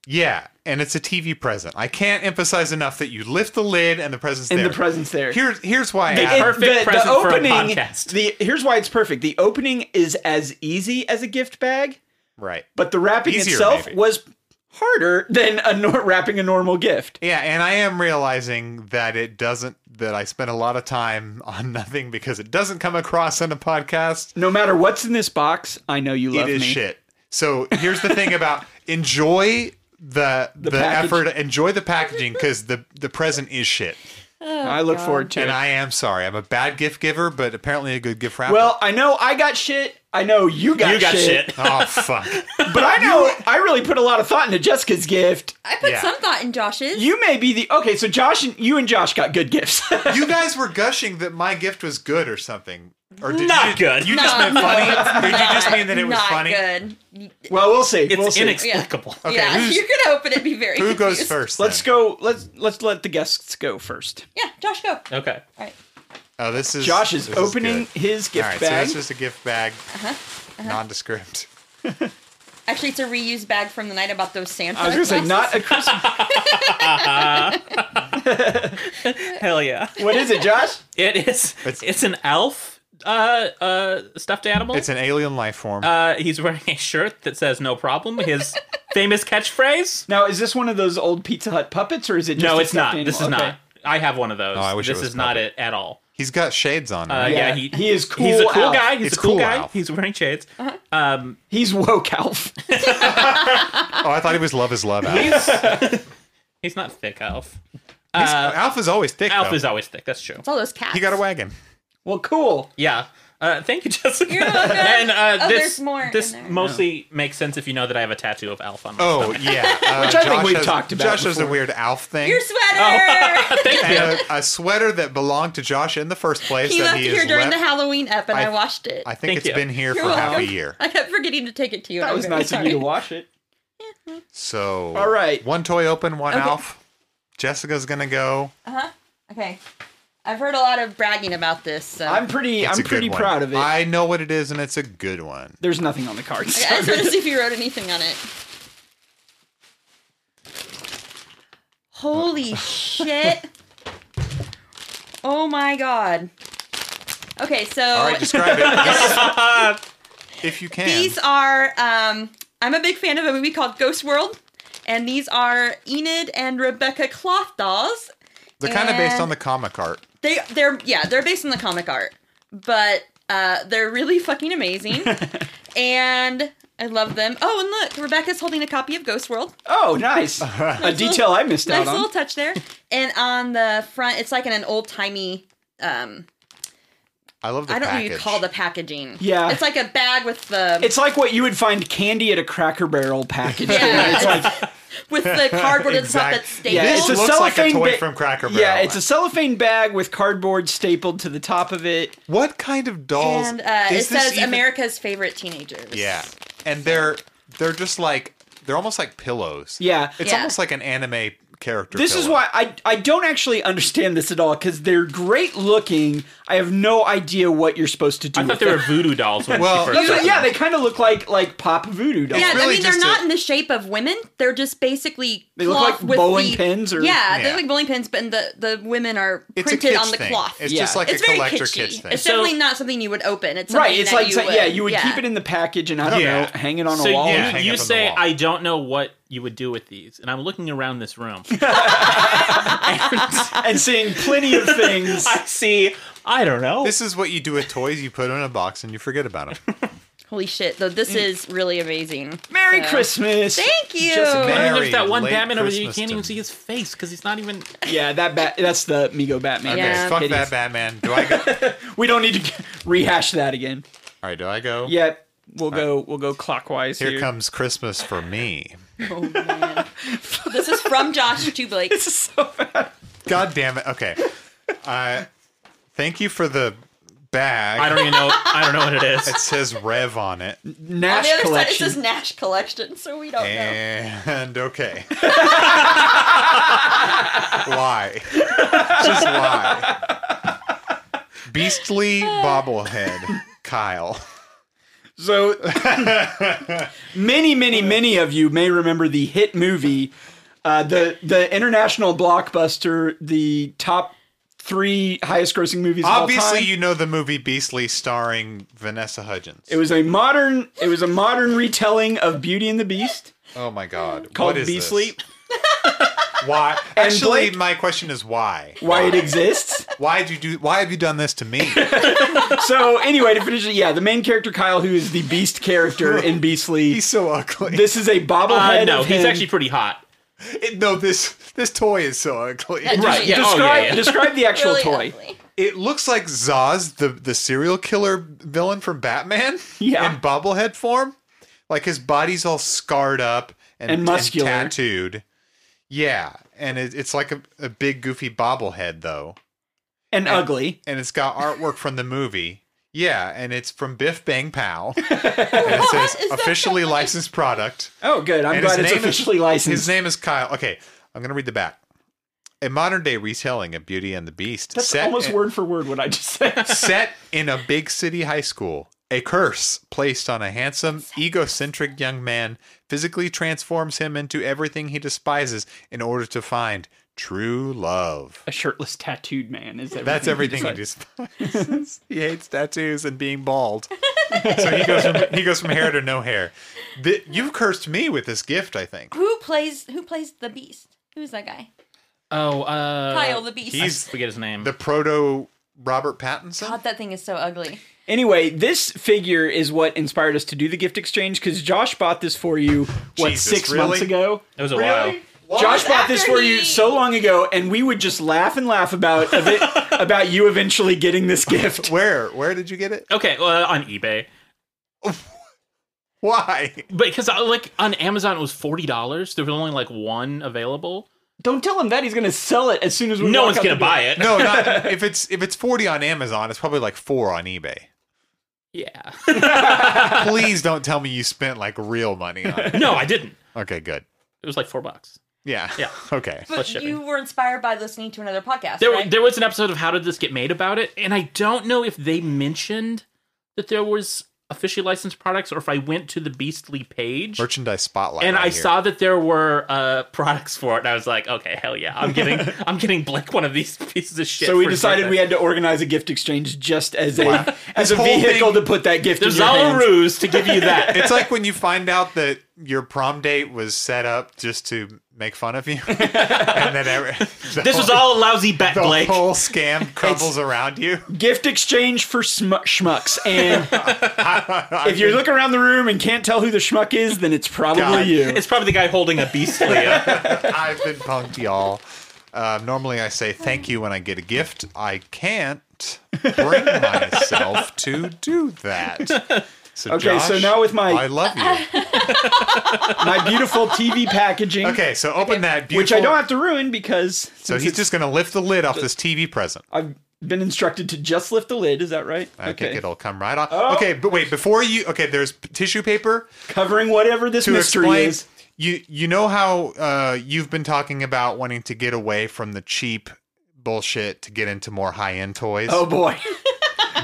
B: Yeah, and it's a TV present. I can't emphasize enough that you lift the lid and the present's
C: And
B: there.
C: the present's there.
B: Here's here's why.
C: It-
B: Adam-
E: perfect present for a podcast.
C: The here's why it's perfect. The opening is as easy as a gift bag,
B: right.
C: but the wrapping
B: Easier,
C: itself
B: maybe.
C: was harder than a nor- wrapping a normal gift.
B: Yeah, and I am realizing that it doesn't that I spent a lot of time on nothing because it doesn't come across on a podcast.
C: No matter what's in this box, I know you love
B: it is
C: me.
B: shit. So here's the thing about enjoy the the,
C: package.
B: effort, enjoy the packaging because the the present is shit.
C: I look forward to
B: And
C: it.
B: I am sorry, I'm a bad gift giver, but apparently a good gift wrapper.
C: well, I know I got shit. I know you got,
E: you got shit.
B: oh fuck.
C: but I know I really put a lot of thought into Jessica's gift.
D: I put
B: Yeah.
D: some thought in Josh's.
C: You may be the okay. So Josh and you and Josh got good gifts.
B: you guys were gushing that my gift was good or something. Or did
E: Not
B: you,
E: good.
B: You just meant funny. Or did you just mean that it was
D: Not
B: funny?
D: good.
C: well, we'll see.
E: It's
C: we'll see.
E: inexplicable.
B: Okay,
D: yeah,
B: who's-
D: you're gonna open it. Be very.
B: who goes
D: confused.
B: first?
C: let's
B: then?
C: go. Let's let's let the guests go first.
D: Yeah, Josh, go. All
E: Okay.
D: right.
B: Oh, this is
C: Josh is
B: this
C: opening
B: good.
C: his gift
B: All right, so
C: bag.
B: that's just a gift bag,
D: Uh-huh,
B: nondescript.
D: Actually, it's a reused bag from the night about those Santa.
C: I was gonna say
D: glasses.
C: not a Christmas.
E: Hell yeah.
C: What is it, Josh?
E: It is.
B: It's-
E: It's, an elf uh, uh, stuffed animal.
B: It's an alien life form.
E: uh, he's wearing a shirt that says "No problem." His famous catchphrase.
C: Now, is this one of those old Pizza Hut puppets, or is it? Just
E: no,
C: a
E: it's
C: stuffed
E: not. This is
C: animal?
E: not. I have one of those.
B: Oh, I wish it
E: this
B: was
E: is not
B: puppet.
E: it at all.
B: He's got shades on.
E: Uh,
B: right?
E: yeah.
C: Yeah,
E: he
C: he is
E: He's a
C: cool
E: cool
C: Alf.
E: guy. He's
B: It's
E: a cool,
B: cool
E: guy.
B: Alf.
E: He's wearing shades.
D: Uh-huh.
C: He's woke Alf. uh,
B: Oh, I thought he was love is love. Alf.
E: He's not thick elf.
C: uh,
B: Alf is always thick.
E: Alf
B: though.
E: is always thick. That's true.
D: It's all those cats.
B: He got a wagon.
C: Well, cool.
E: Yeah. Uh, thank you, Jessica.
D: You're welcome.
E: and uh,
D: Oh,
E: this
D: there's more
E: this
D: in there.
E: mostly makes sense if you know that I have a tattoo of Alf on my
B: Oh
E: stomach.
B: yeah, uh,
C: Which I think
B: Josh
C: we've
B: has-
C: talked about
B: Josh has a
C: before.
B: weird Alf thing.
D: your sweater.
E: Thank you.
B: and a, a sweater that belonged to Josh in the first place.
D: he
B: that
D: left
B: he
D: it
B: has
D: here during
B: left.
D: the Halloween ep, and I, washed it.
B: I think
E: Thank
B: it's
E: you.
B: been here
D: You're
B: for half a
D: welcome.
B: year.
D: I kept forgetting to take it to you.
C: That
D: I'm
C: was
D: very
C: nice
D: sorry.
C: of you to watch it.
B: So,
C: All right.
B: one toy open, one Alf. Jessica's gonna go.
D: Okay, I've heard a lot of bragging about this. So.
C: I'm pretty.
B: It's a
C: I'm
B: good
C: pretty
B: one.
C: proud of it.
B: I know what it is, and it's a good one.
C: There's nothing on the cards.
D: I just want to see if you wrote anything on it. Holy shit. Oh my god. Okay, so
B: All right, describe it if you can.
D: These are. Um, I'm a big fan of a movie called Ghost World, and these are Enid and Rebecca Cloth dolls.
B: They're kind of based
D: and-
B: on the comic art.
D: They they're yeah they're based on the comic art, but uh, they're really fucking amazing, and I love them. Oh, and look, Rebecca's holding a copy of Ghost World.
C: Oh, nice. A detail I missed out
D: nice little
C: on.
D: touch there. and on the front, it's like in an old timey. Um,
B: I love the
D: I don't know
B: package.
D: what you call the packaging.
C: Yeah.
D: it's like a bag with the
C: It's like what you would find candy at a Cracker Barrel package.
D: Yeah.
C: It's like
D: with the cardboard at the top
B: Exact-
D: that's stapled.
C: Yeah,
B: This
C: it's a
B: looks like a
C: cellophane
B: toy
C: ba-
B: from Cracker Barrel.
C: yeah, it's a cellophane bag with cardboard stapled to the top of it.
B: What kind of dolls?
D: and uh, it
B: is this
D: says
B: even-
D: America's favorite teenagers.
B: Yeah, and they're they're just like they're almost like pillows.
C: Yeah.
B: it's
D: Yeah.
B: almost like an anime character.
C: This is
B: pillow.
C: why I I don't actually understand this at all because they're great looking. I have no idea what you're supposed to do.
E: I thought
C: with
E: they were
C: them.
E: voodoo dolls when
B: Well,
E: she first
C: That's what-
E: started.
C: yeah, they kind of look like like pop voodoo dolls.
D: Yeah,
B: It's really
D: I mean they're
B: just
D: not
B: a-
D: in the shape of women. They're just basically
C: They look
D: cloth
C: like
D: with
C: bowling
D: the-
C: pins or-
D: yeah, they
B: Yeah.
D: look like bowling pins, but the the women are
B: it's a
D: printed
B: kitsch
D: on the
B: thing.
D: cloth.
B: It's
C: Yeah.
B: just like
D: it's
B: a
D: very
B: collector
D: kitschy.
B: kitsch thing.
D: It's
E: So-
D: definitely not something you would open. It's something
C: right. It's
D: that
C: like
D: you
C: so-
D: would,
C: yeah, you would keep it in the package and I don't
B: Yeah.
C: know, hang it on
E: so
C: a wall.
E: you,
B: Yeah, hang
E: you
B: up on the
E: say
B: wall.
E: I don't know what you would do with these, and I'm looking around this room.
C: and seeing plenty of things.
E: I see. I don't know.
B: This is what you do with toys. You put them in a box and you forget about them.
D: Holy shit! Though this is really amazing.
C: Mm. Merry
D: So-
C: Christmas.
D: Thank you.
E: I mean,
B: Merry
E: there's that one
B: late
E: Batman over there. You
B: Christmas
E: can't
B: to-
E: even see his face because he's not even.
C: Yeah, that bat. That's the Mego Batman.
B: Okay,
D: Yeah.
B: fuck
C: Hideous.
B: that Batman. Do I go? All
C: We don't need to rehash that again.
B: right, do I go?
C: Yeah, we'll go. We'll go clockwise here.
B: Here comes Christmas for me.
D: Oh, man. this is from Josh to Blake.
C: This is so bad.
B: God damn it. Okay. Uh, thank you for the bag.
E: I don't even know. I don't know what it
B: It
E: is.
B: says Rev on it.
D: On
C: Nash
D: the other side, it
C: collection.
D: says Nash collection, so we don't know.
B: And okay. lie. Just lie. Beastly bobblehead, Kyle.
C: so many, many, many of you may remember the hit movie, uh, the the international blockbuster, the top three highest grossing movies. of all
B: Obviously,
C: time.
B: you know the movie Beastly starring Vanessa Hudgens.
C: It was a modern. It was a modern retelling of Beauty and the Beast
B: oh my god.
C: called
B: what is this?
C: Beastly.
B: Why? Actually,
C: Blake-
B: my question is why?
C: Why it exists.
B: Why did you do? Why have you done this to me?
C: so anyway, to finish it, yeah, the main character Kyle, who is the Beast character in Beastly.
B: He's so ugly.
C: This is a bobblehead.
E: Uh, no,
C: of
E: he's
C: him.
E: actually pretty hot.
B: It- no, this this toy is so ugly.
D: Yeah,
E: Right, yeah.
C: Describe,
E: Oh, yeah, yeah.
C: describe the actual
D: Really
C: toy.
D: ugly.
B: It looks like Zaz, the, the serial killer villain from Batman,
C: Yeah.
B: in bobblehead form. Like his body's all scarred up and,
C: And muscular.
B: tattooed. Yeah, and it, it's like a, a big goofy bobblehead though,
C: and ugly.
B: and it's got artwork from the movie. Yeah, and it's from Biff Bang Pow. and it says
D: Is that
B: officially licensed product.
C: Oh, good. I'm
B: And
C: glad
B: his
C: it's
B: name is-
C: officially licensed.
B: His name is Kyle. Okay, I'm gonna read the back. A modern day retelling of Beauty and the Beast.
C: That's
B: set
C: almost
B: in-
C: word for word what I just said.
B: set in a big city high school. A curse placed on a handsome, egocentric young man physically transforms him into everything he despises in order to find true love.
C: A shirtless tattooed man is everything.
B: That's everything he
C: decides.
B: despises. he hates tattoos and being bald. so he goes from, he goes from hair to no hair. Th- you've cursed me with this gift, I think.
D: Who plays who plays the beast? Who's that guy?
E: Oh, uh,
D: Kyle the beast.
E: I
B: He's
E: forget his name.
B: the proto Robert Pattinson.
D: God, that thing is so ugly.
C: Anyway, this figure is what inspired us to do the gift exchange because Josh bought this for you, what,
B: Jesus,
C: six
B: really?
C: months ago?
E: it was a while.
C: Josh bought this
D: after
C: for
D: he-
C: you so long ago, and we would just laugh and laugh about of it, about you eventually getting this gift.
B: Where? Where did you get it?
E: Okay, well, on eBay,
B: Why?
E: but because like on Amazon it was forty dollars. There was only like one available.
C: Don't tell him that he's going to sell it as soon as we.
E: No
C: walk
E: one's
C: out
E: gonna
C: the door.
E: buy it.
B: No, not if it's if it's forty on Amazon, it's probably like four on eBay.
E: Yeah.
B: Please don't tell me you spent like real money on it.
E: no, I didn't.
B: Okay, good.
E: It was like four bucks.
B: Yeah.
E: Yeah.
B: Okay.
D: But
E: Plus shipping.
D: you were inspired by listening to another podcast.
E: There,
D: right?
E: there was an episode of How Did This Get Made about it, and I don't know if they mentioned that there was officially licensed products or if I went to the Beastly page.
B: Merchandise spotlight.
E: and
B: right
E: I
B: here.
E: saw that there were uh, products for it, and I was like, "Okay, hell yeah, I'm getting, I'm getting Blake one of these pieces of shit."
C: So we
E: for his
C: decided we
E: birthday.
C: had to organize a gift exchange just as a as a
B: This whole
C: vehicle
B: thing-
C: to put that gift
E: There's
C: in your
E: all a
C: hands.
E: ruse to give you that.
B: It's like when you find out that your prom date was set up just to make fun of you, and then every, the
E: this was
B: whole-
E: all a lousy bet,
B: the
E: Blake.
B: whole scam crumbles around you.
C: Gift exchange for sm- schmucks. And if you look around the room and can't tell who the schmuck is, then it's probably
B: God.
C: you.
E: It's probably the guy holding a Beastly. up.
B: I've been punked, y'all. Uh, normally, I say thank you when I get a gift. I can't bring myself to do that. So
C: Okay, so
B: Josh,
C: now with my-
B: I love you.
C: My beautiful TV packaging,
B: Okay, so open that beautiful.
C: which I don't have to ruin because
B: So he's just going to lift the lid off this TV present.
C: I've been instructed to just lift the lid. Is that right?
B: I think it'll come right off.
C: Oh.
B: Okay, but wait, before you. Okay, there's p- tissue paper.
C: Covering whatever this
B: to
C: mystery
B: explain,
C: is.
B: you you know how uh, you've been talking about wanting to get away from the cheap bullshit to get into more high end toys.
C: Oh boy.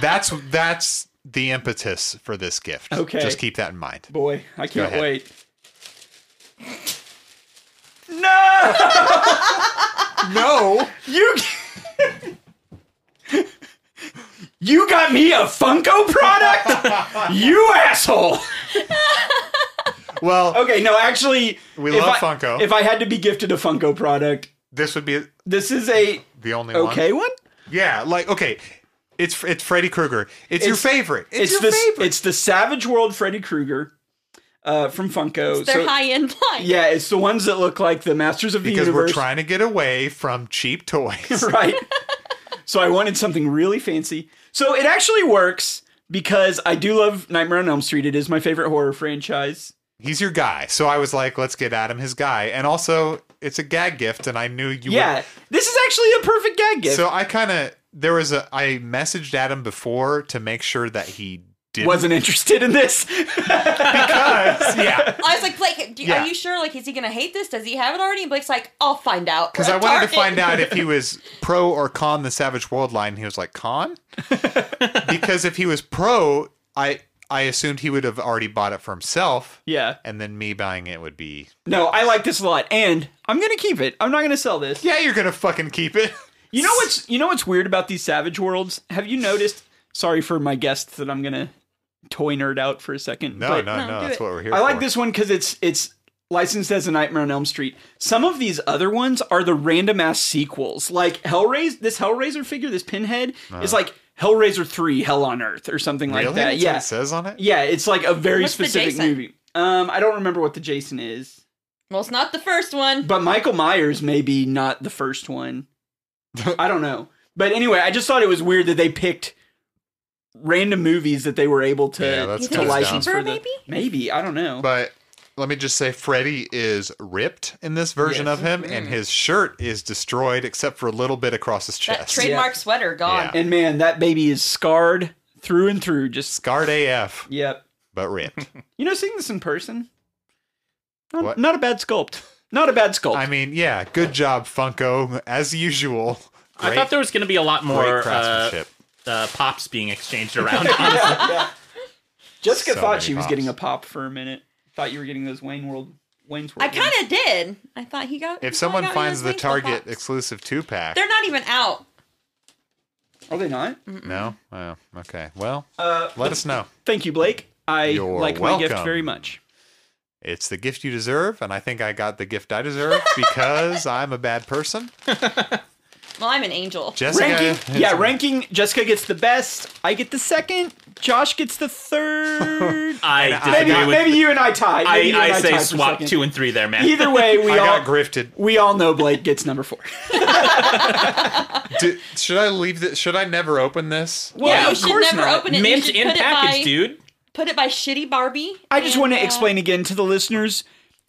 B: that's that's the impetus for this gift.
C: Okay.
B: just keep that in mind.
C: Boy, I can't
B: ahead.
C: wait. No!
B: No,
C: You You got me a Funko product? you asshole.
B: well,
C: Okay, no, actually
B: We
C: if
B: love
C: I-
B: Funko.
C: If I had to be gifted a Funko product,
B: this would be
C: this is a
B: the only one.
C: okay one.
B: yeah, like okay, it's it's Freddy Krueger. It's, your
C: It's-
B: favorite. It's,
C: It's,
B: your
C: the
B: favorite.
C: it's the Savage World Freddy Krueger uh, from Funko.
D: They're
C: So-
D: high end line.
C: yeah, it's the ones that look like the Masters of the
B: because we're
C: Universe.
B: trying to get away from cheap toys.
C: right? so I wanted something really fancy. So it actually works because I do love Nightmare on Elm Street. It is my favorite horror franchise.
B: He's your guy. So I was like, let's get Adam his guy. And also, it's a gag gift, and I knew you
C: yeah,
B: would
C: this is actually a perfect gag gift.
B: So I kind of there was a I messaged Adam before to make sure that he didn't
C: wasn't interested in this.
B: because yeah
D: I was like, Blake, do,
B: Yeah.
D: are you sure? Like, is he gonna hate this? Does he have it already? And Blake's like, I'll find out.
B: because I wanted to find out if he was pro or con the Savage World line. He was like con because if he was pro, I I assumed he would have already bought it for himself,
C: yeah.
B: and then me buying it would be
C: No, I like this a lot, and I'm gonna keep it. I'm not gonna sell this.
B: yeah you're gonna fucking keep it.
C: You know what's you know what's weird about these Savage Worlds? Have you noticed? Sorry for my guests that I'm gonna toy nerd out for a second.
B: No,
C: but-
B: no,
D: no,
B: no.
D: do
B: That's
D: it.
B: what we're here.
C: I like
B: for.
C: this one because it's it's licensed as a Nightmare on Elm Street. Some of these other ones are the random ass sequels, like Hellraiser. This Hellraiser figure, this Pinhead, is like Hellraiser Three: Hell on Earth or something
B: Uh-huh. Really?
C: like that.
B: That's
C: yeah,
B: what it says on it.
C: yeah, it's like a very
D: What's the
C: specific
D: Jason?
C: movie. Um, I don't remember what the Jason is,
D: Well, it's not the first one.
C: but Michael Myers may be not the first one. I don't know, but anyway, I just thought it was weird that they picked random movies that they were able to
B: Yeah, that's
D: You
C: to
D: think it's
C: license
D: cheaper,
C: for the
D: maybe?
C: maybe I don't know.
B: But let me just say, Freddy is ripped in this version
C: Yes.
B: of him, and his shirt is destroyed except for a little bit across his
D: That
B: chest.
D: trademark sweater gone.
C: And man, that baby is scarred through and through. Just
B: Guard AF,
C: yep.
B: but ripped.
C: You know, seeing this in person, not,
B: What?
C: not a bad sculpt. Not a bad sculpt.
B: I mean, yeah, good job, Funko, as usual. Great,
E: I thought there was going to be a lot more
B: great
E: uh,
B: craftsmanship.
D: Oh
E: uh, pops being exchanged around. honestly.
C: Jessica
B: so
C: thought
B: many
C: she was
B: pops.
C: getting a pop for a minute. Thought you were getting those Wayne World. Wayne's World.
D: I kind of did. I thought he got. I
B: if someone
D: got
B: finds
D: yours
B: the
D: linked to
B: Target
D: Fox.
B: exclusive two pack,
D: they're not even out.
C: of. Are they not?
B: no, oh, okay. Well, let us know.
C: Thank you, Blake. I
B: You're
C: like my gift
B: welcome.
C: very much.
B: It's the gift you deserve, and I think I got the gift I deserve because I'm a bad person.
D: Well, I'm an angel.
B: Jessica,
C: ranking, yeah, ranking. Jessica gets the best. I get the second. Josh gets the third.
E: I
C: maybe,
E: disagree with.
C: maybe you and I tie.
E: I,
C: Maybe you and
E: I say
C: tie for
E: swap
C: second.
E: two and three there, man.
C: Either way, we
B: I
C: all
B: got grifted.
C: we all know Blake gets number four.
B: Do, should I leave this? Should I never open this?
C: Well,
D: yeah, you should never open it.
E: mint
D: you should
E: in
D: put
E: package,
D: it by,
E: dude.
D: Put it by Shitty Barbie.
C: I just
D: and,
C: want
D: uh,
C: to explain again to the listeners.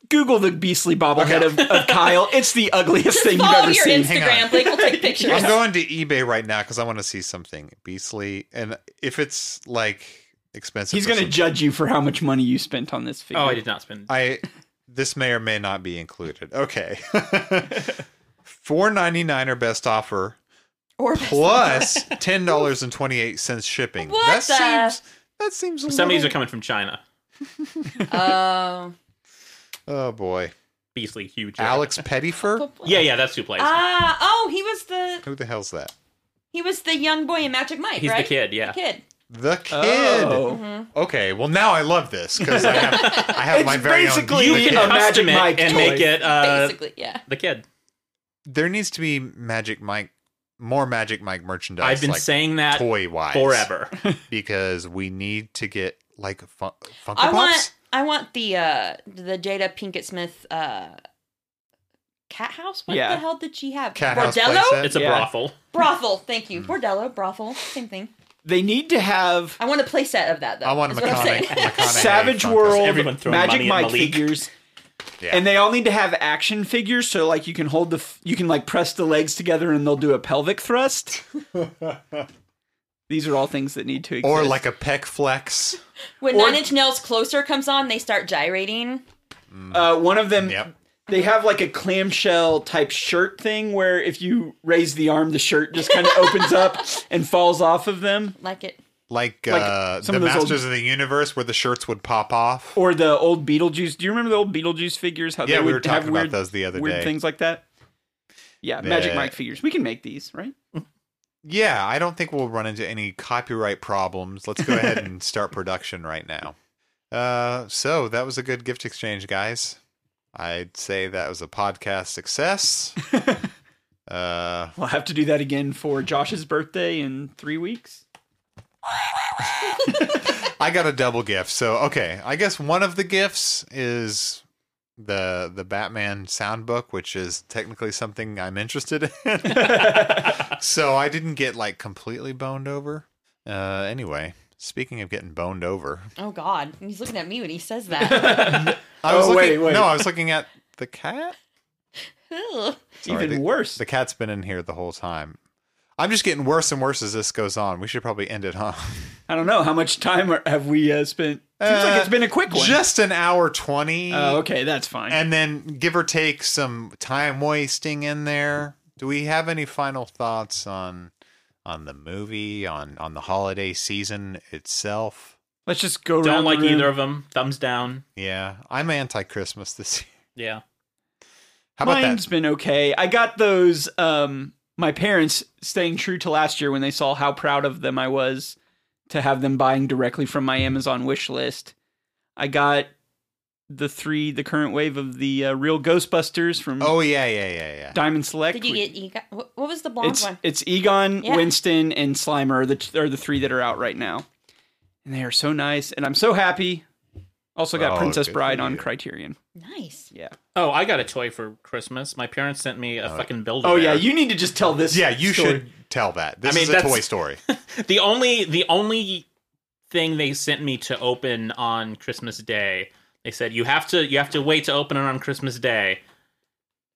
C: Google the beastly bobblehead of, of Kyle. It's the ugliest thing you've
D: Follow
C: ever
D: your
C: seen.
B: Hang on.
D: Instagram. Blake will take pictures.
B: I'm going to eBay right now because I want to see something beastly, and if it's like expensive,
C: He's
B: for
C: going to
B: some-
C: judge you for how much money you spent on this figure.
E: Oh, I did not spend.
B: I this may or may not be included. Okay, four ninety nine or best offer
D: or
B: plus ten dollars and twenty eight cents shipping.
D: What
B: that
D: the-
B: seems That seems a
E: Some of these
B: little-
E: are coming from China.
D: Oh.
B: Oh boy,
E: Beastly, huge.
B: Alex Pettyfer.
E: Yeah, yeah, that's who plays.
D: Ah, oh, he was the
B: Who the hell's that?
D: he was the young boy in Magic Mike,
E: He's the
D: right?
E: kid, yeah.
D: The kid.
B: The kid.
C: Oh.
D: Mm-hmm.
B: Okay, well now I love this because I have, I have
C: It's
B: my very
C: basically-
B: own.
E: you
C: the
E: can
C: kid.
E: custom
C: Magic
E: it
C: Mike
E: and
C: toy.
E: make it uh,
D: Basically, yeah.
E: the kid.
B: There needs to be Magic Mike, more Magic Mike merchandise.
E: I've been
B: like,
E: saying that
B: toy wise
E: forever.
B: because we need to get like fun- Funko
D: I
B: Pops.
D: want I want the uh the Jada Pinkett Smith uh cat house. What
C: Yeah.
D: the hell did she have?
B: Cat House
D: Bordello?
B: playset.
E: it's a
C: Yeah.
E: brothel.
D: Brothel. Thank
E: Hmm.
D: you. Bordello, brothel, same thing.
C: They need to have
D: I want a playset of that though.
B: I want a
D: is what
B: McConaughey.
D: I'm saying.
B: McConaughey
C: Savage
B: Funko.
C: World
E: Everyone throwing
C: Magic
E: money in
C: Mike
E: the leak.
C: figures,
B: Yeah.
C: and they all need to have action figures. So like you can hold the f- you can like press the legs together and they'll do a pelvic thrust. These are all things that need to exist.
B: or like a Peck Flex.
D: when
C: Or-
D: Nine Inch Nails closer comes on, they start gyrating.
C: uh, one of them.
B: Yep.
C: They have like a clamshell type shirt thing where if you raise the arm, the shirt just kind of opens up and falls off of them.
D: Like it.
B: Like,
C: Like
B: uh,
C: some
B: the
C: of those old-
B: Masters of the Universe, where the shirts would pop off.
C: Or the old Beetlejuice. Do you remember the old Beetlejuice figures? How
B: Yeah,
C: they
B: we
C: would
B: were talking
C: have
B: about
C: weird,
B: those the other
C: weird
B: day.
C: things like that. Yeah, Magic
B: Yeah.
C: Mike figures. We can make these, right?
B: Yeah, I don't think we'll run into any copyright problems. Let's go ahead and start production right now. Uh, so that was a good gift exchange, guys. I'd say that was a podcast success. uh,
C: We'll have to do that again for Josh's birthday in three weeks.
B: I got a double gift. So okay, I guess one of the gifts is the the Batman soundbook, which is technically something I'm interested in. so I didn't get like completely boned over. Uh, anyway, speaking of getting boned over,
D: Oh God. He's looking at me when he says that.
B: I was
C: Oh, wait,
B: looking-
C: wait.
B: No, I was looking at the cat.
D: Ugh.
B: Sorry,
C: Even
B: the-
C: worse.
B: The cat's been in here the whole time. I'm just getting worse and worse as this goes on. We should probably end it, huh?
C: I don't know how much time are, have we uh, spent. Seems
B: Uh,
C: like it's been a quick one.
B: Just an hour 20.
C: oh, okay, that's fine.
B: And then give or take some time wasting in there. Do we have any final thoughts on on the movie, on on the holiday season itself?
C: Let's just go.
E: Don't
C: around
E: like
C: the room.
E: either of them. Thumbs down.
B: Yeah, I'm anti-Christmas this year.
E: Yeah.
B: How about
C: Mine's
B: that?
C: been okay. I got those. Um, my parents staying true to last year when they saw how proud of them I was to have them buying directly from my Amazon wish list. I got the three, the current wave of the uh, real Ghostbusters from
B: Oh yeah, yeah, yeah, yeah.
C: Diamond Select.
D: Did you
C: which-
D: get you got, what what was the blonde
C: it's
D: one?
C: it's Egon,
D: Yeah.
C: Winston, and Slimer are the are the three that are out right now, and they are so nice, and I'm so happy. Also got
B: Oh,
C: Princess
B: good for
C: Bride on
B: you.
C: Criterion.
D: Nice.
C: Yeah.
E: Oh, I got a toy for Christmas. My parents sent me
B: Uh,
E: a fucking builder.
C: Oh yeah, you need to just tell this.
B: Yeah, you
C: story.
B: should tell that. This
E: mean,
B: is a
E: that's-
B: toy story.
E: the only the only thing they sent me to open on Christmas Day. They said you have to you have to wait to open it on Christmas Day.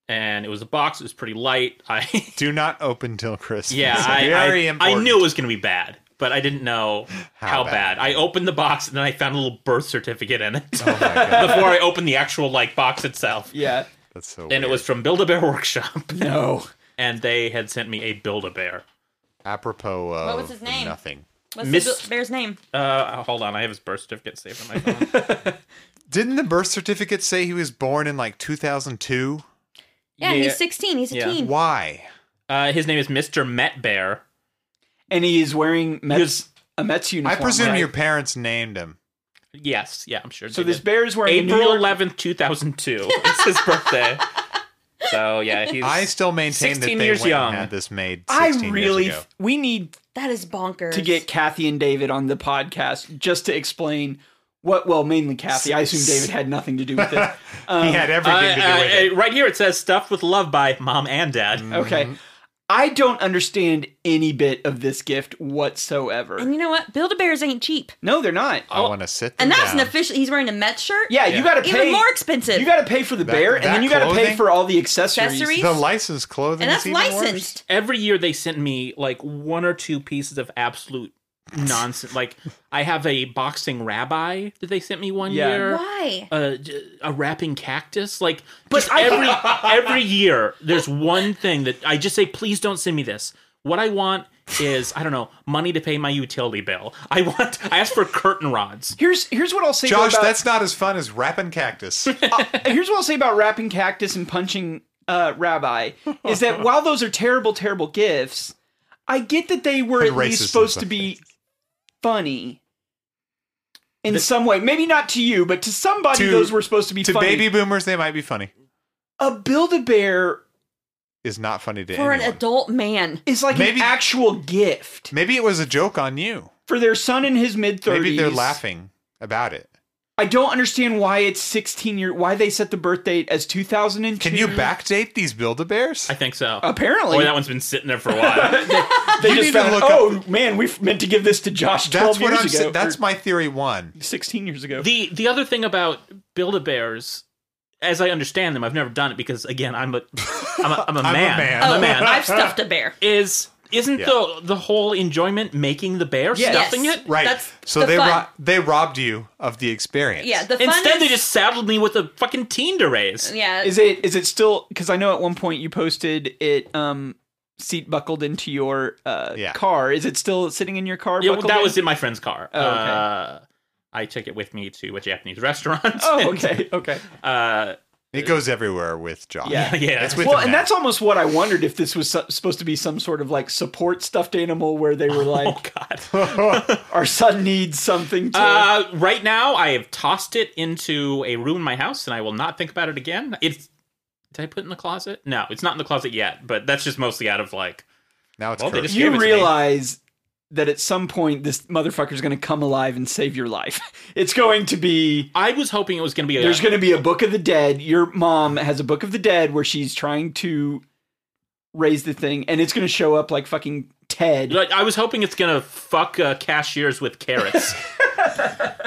E: And it was a box. It was pretty light. I
B: Do not open till Christmas.
E: Yeah, I,
B: Very
E: I, I
B: important.
E: knew it was going to be bad, but I didn't know
B: How
E: how,
B: bad.
E: bad. I opened the box and then I found a little birth certificate in it
B: Oh my god,
E: before I opened the actual like box itself.
C: Yeah.
B: that's so.
E: And it was from Build a Bear Workshop,
C: No.
E: and they had sent me a Build a Bear.
B: apropos of
D: was his name?
B: nothing.
D: What's
E: Miss-
D: the bear's name?
E: Uh, hold on, I have his birth certificate saved on my phone.
B: Didn't the birth certificate say he was born in like 2002?
D: Yeah, he's
E: Yeah.
D: 16. He's a
E: Yeah.
D: teen.
B: Why?
E: uh, his name is Mister Met Bear.
C: And he is wearing Mets,
E: Yes.
C: a Mets
B: I
C: uniform.
B: presume
C: right?
B: your parents named him.
E: Yes, yeah, I'm sure.
C: So
E: they
C: this
E: did.
C: bear is wearing a New
E: April
C: York-
E: 11th, 2002. It's his birthday. So yeah, he's.
B: I still maintain that
E: 16
B: they
E: years
B: went
E: young.
B: and had this made 16
C: I
B: years
C: really.
B: ago.
C: f- We need
D: That is bonkers.
C: to get Kathy and David on the podcast just to explain what. Well, mainly Kathy. I assume David had nothing to do with it.
B: he had everything to do
E: Uh,
B: with
E: uh,
B: it.
E: uh, right here it says stuffed with love by mom and dad.
C: Okay.
B: Mm-hmm.
C: I don't understand any bit of this gift
D: And
C: whatsoever.
D: you know what? Build a bears ain't cheap.
C: No, they're not.
B: I
E: oh.
B: want to sit them
D: And that's
B: down.
D: an official. He's wearing a Met shirt.
C: Yeah, you got to
D: Even
C: pay
D: more expensive.
C: You got to pay for the
B: That-
C: bear, and
B: that
C: then you got to pay
B: clothing?
C: for all the accessories.
D: Accessories?
B: the licensed clothing
D: and
B: is
D: that's
B: even worse.
D: licensed.
E: Every year they send me like one or two pieces of absolute nonsense. like I have a boxing rabbi that they sent me one
C: Yeah.
E: year.
D: Why?
E: A, a wrapping cactus, like, but every every year there's one thing that I just say, please don't send me this. What I want is, I don't know, money to pay my utility bill. I want, I asked for curtain rods.
C: Here's here's what I'll say. though,
B: Josh,
C: about,
B: that's not as fun as wrapping cactus.
C: Uh, here's what I'll say about wrapping cactus and punching uh, rabbi is that while those are terrible, terrible gifts, I get that they were
B: And
C: at least
B: racist
C: supposed
B: and
C: to be funny in some way. Maybe not to you, but to somebody,
B: To-
C: those were supposed to be
B: to
C: funny.
B: baby boomers, they might be funny.
C: a build a bear
B: Is not funny to
D: for an
B: anyone.
D: adult man.
C: is like
B: Maybe-
C: an actual gift
B: Maybe it was a joke on you.
C: for their son in his mid thirties.
B: Maybe they're laughing about it.
C: I don't understand why it's sixteen year. Why they set the birth date as two thousand and two?
B: Can you backdate these Build-A-Bears?
E: I think so.
C: Apparently,
E: Boy, that one's been sitting there for a while.
C: they
B: You
C: just
B: need to
C: found,
B: look
C: oh man, we f- meant to give this to Josh twelve
B: That's what
C: years
B: I'm.
C: ago.
B: saying. That's
C: or
B: my theory one.
C: sixteen years ago.
E: the the other thing about Build a Bears, as I understand them, I've never done it because again, I'm a I'm a, I'm a
B: a
E: man.
B: man.
E: I'm
D: Oh,
E: a man.
D: I've stuffed a bear.
E: is isn't
B: Yeah.
E: the the whole enjoyment making the bear
C: Yes.
E: stuffing
D: Yes.
E: it?
B: Right.
D: That's
B: so
D: the
B: they
D: fun.
B: ro- they robbed you of the experience.
D: Yeah, the fun
E: Instead,
D: is,
E: they just saddled me with a fucking Tinder raise.
D: yeah.
C: Is it is it still? Because I know at one point you posted it. Um, seat buckled into your uh
B: Yeah.
C: car. Is it still sitting in your car?
E: Yeah, well,
C: buckled
E: that
C: in?
E: was in my friend's car.
C: okay.
E: uh, I took it with me to a Japanese restaurant.
C: Oh, okay, okay.
E: uh,
B: It goes everywhere with Josh.
C: Yeah.
E: yeah,
B: It's with
C: well,
B: the
C: and
B: man.
C: that's almost what I wondered if this was su- supposed to be some sort of like support stuffed animal where they were
E: oh
C: like,
E: god.
C: our son needs something to.
E: Uh, right now, I have tossed it into a room in my house, and I will not think about it again. It's did I put it in the closet? No, it's not in the closet yet. But that's just mostly out of like
B: Now it's
E: Well, they
B: cursed.
E: just- gave
C: you
E: it to me.
C: realize that at some point this motherfucker's going to come alive and save your life. It's going to be.
E: I was hoping it was going to be. A,
C: There's going to be a Book of the Dead. Your mom has a Book of the Dead where she's trying to raise the thing, and it's going to show up like fucking Ted.
E: Like, I was hoping it's gonna fuck uh, cashiers with carrots.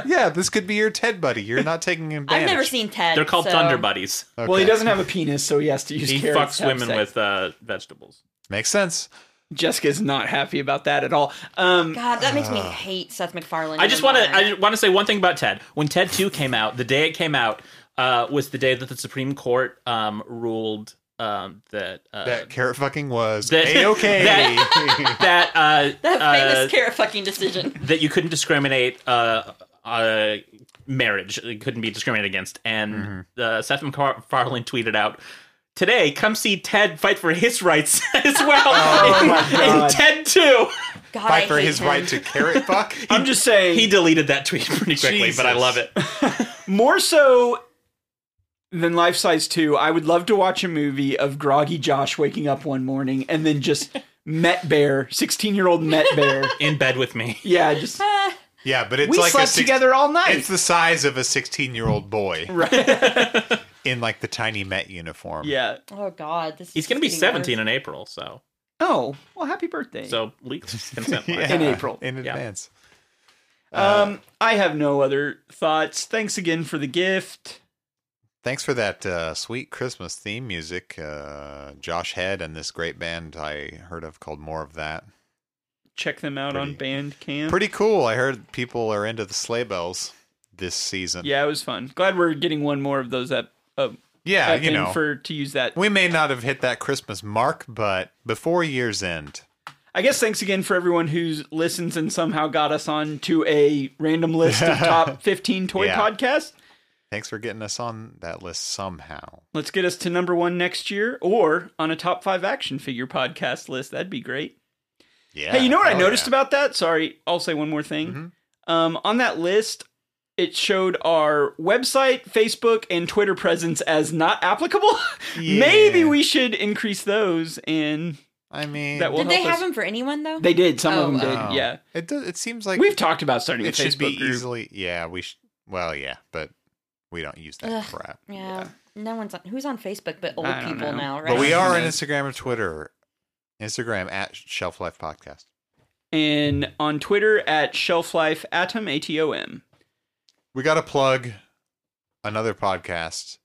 B: yeah, this could be your Ted buddy. You're not taking him.
D: I've never
B: advantage.
D: seen Ted.
E: They're called
D: so-
E: Thunder Buddies.
B: Okay.
C: Well, he doesn't have a penis, so he has to use
E: He
C: carrots
E: fucks
C: to have
E: women
C: sex.
E: with uh, vegetables.
B: Makes sense.
C: Jessica's not happy about that at all. Um,
D: God, that makes me hate Seth MacFarlane.
E: I just want to. I want to say one thing about Ted. When Ted Two came out, the day it came out uh, was the day that the Supreme Court um, ruled um, that uh,
B: That carrot fucking was
E: that-
B: a okay.
E: that- that uh,
D: that
E: uh,
D: famous carrot fucking decision.
E: that you couldn't discriminate uh, uh, marriage. It couldn't be discriminated against. And uh, Seth MacFarlane tweeted out. Today, come see Ted fight for his rights as well in,
C: Oh my
E: in
C: God.
E: Ted 2.
D: God, I
B: Fight for
D: hate
B: his
D: him.
B: right to carrot fuck.
C: I'm just saying.
E: He deleted that tweet pretty quickly, but I
B: Jesus.
E: love it.
C: more so than life size 2 i would love to watch a movie of groggy josh waking up one morning and then just met bear 16 year old met bear
E: In bed with me.
C: yeah just
B: Yeah, but it's
C: we
B: like a
C: slept
B: six-
C: together all night
B: It's the size of a 16 year old boy
C: right
B: in like the tiny Met uniform.
C: yeah
D: Oh God, this.
E: He's
D: is
E: going to be
D: getting
E: 17
D: worse.
E: in April, so
C: oh well happy birthday
E: so legal consent. wise.
B: Yeah,
C: In April.
B: In
E: Yeah.
B: advance. Uh,
C: um i have no other thoughts thanks again for the gift
B: Thanks for that uh, sweet Christmas theme music, uh, Josh Head, and this great band I heard of called More of That.
C: check them out on bandcamp
B: Pretty cool. I heard people are into the sleigh bells this season.
C: yeah it was fun glad we're getting one more of those up up
B: yeah,
C: back
B: you
C: in
B: know.
C: for to use that
B: we may not have hit that Christmas mark, but before year's end,
C: I guess thanks again for everyone who listens and somehow got us on to a random list of top 15 toy
B: Yeah.
C: podcasts.
B: thanks for getting us on that list somehow.
C: Let's get us to number one next year or on a top five action figure podcast list. That'd be great.
B: Yeah.
C: hey, you know what I
B: hell
C: noticed
B: yeah. Mm-hmm.
C: about that? Sorry, I'll say one more thing. Um, on that list, it showed our website, Facebook, and Twitter presence as not applicable. Maybe we should increase those. And
B: I mean,
C: That will-
D: Did they
C: help us.
D: have him for anyone though?
C: they did. Some
D: Oh,
C: of them
B: Oh.
C: did. Yeah.
B: It, does, it seems like
C: We've talked about starting a
B: it
C: Facebook
B: should be
C: group.
B: easily. Yeah, we should. Well, yeah, but we don't use that
D: Ugh.
B: crap.
D: yeah. No one's on, who's on Facebook but old
C: I don't
D: people
C: know.
D: now, right?
B: But we
C: Right.
B: are on Instagram or Twitter. Instagram at Shelf Life Podcast.
C: and on Twitter at Shelf Life Atom A T O M.
B: We got to plug another podcast.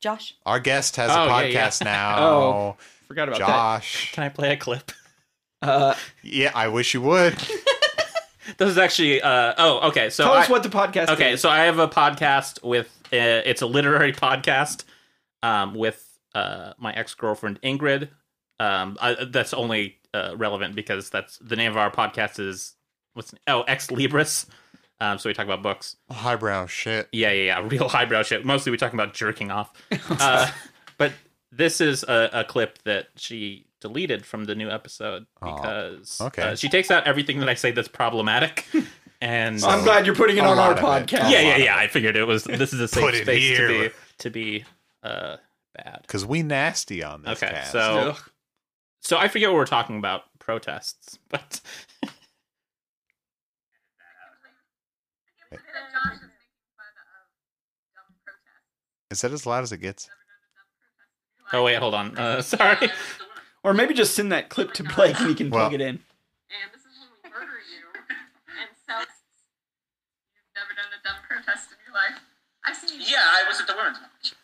D: Josh.
B: Our guest has a
E: Oh, yeah, yeah.
B: podcast now.
C: Oh, Forgot about
B: Josh.
E: Can I play a clip?
C: that. Uh,
B: Yeah, I wish you would.
E: This is actually. Uh, oh, okay. So
C: tell us
E: I-
C: what the podcast.
E: Okay,
C: is.
E: so I have a podcast with. Uh, it's a literary podcast um, with uh, my ex girlfriend Ingrid. Um, I, that's only uh, relevant because that's the name of our podcast is what's oh Ex Libris. Um, so we talk about books.
B: Highbrow shit.
E: Yeah, yeah, yeah. Real highbrow shit. Mostly we talking about jerking off. uh, but this is a, a clip that she deleted from the new episode
B: Oh,
E: because
B: okay.
E: uh, she takes out everything that I say that's problematic. And
C: I'm glad you're putting it
B: A
C: on our
B: lot of it.
C: podcast.
E: yeah, yeah, yeah. I figured it was this is a
B: Put
E: safe
B: it
E: space to
B: here.
E: be to be uh, bad.
B: Because we nasty on this
E: Okay,
B: cast.
E: so-
C: Ugh.
E: So I forget what we're talking about protests, but
B: Is that as loud as it gets?
E: oh wait, hold on. Uh, sorry.
C: Or maybe just send that clip to Blake and he can
B: Well-
C: plug it in.
H: and this is when we murder you. And so you've never done a dumb protest in your life. I've seen you. Yeah, I was at the women's march.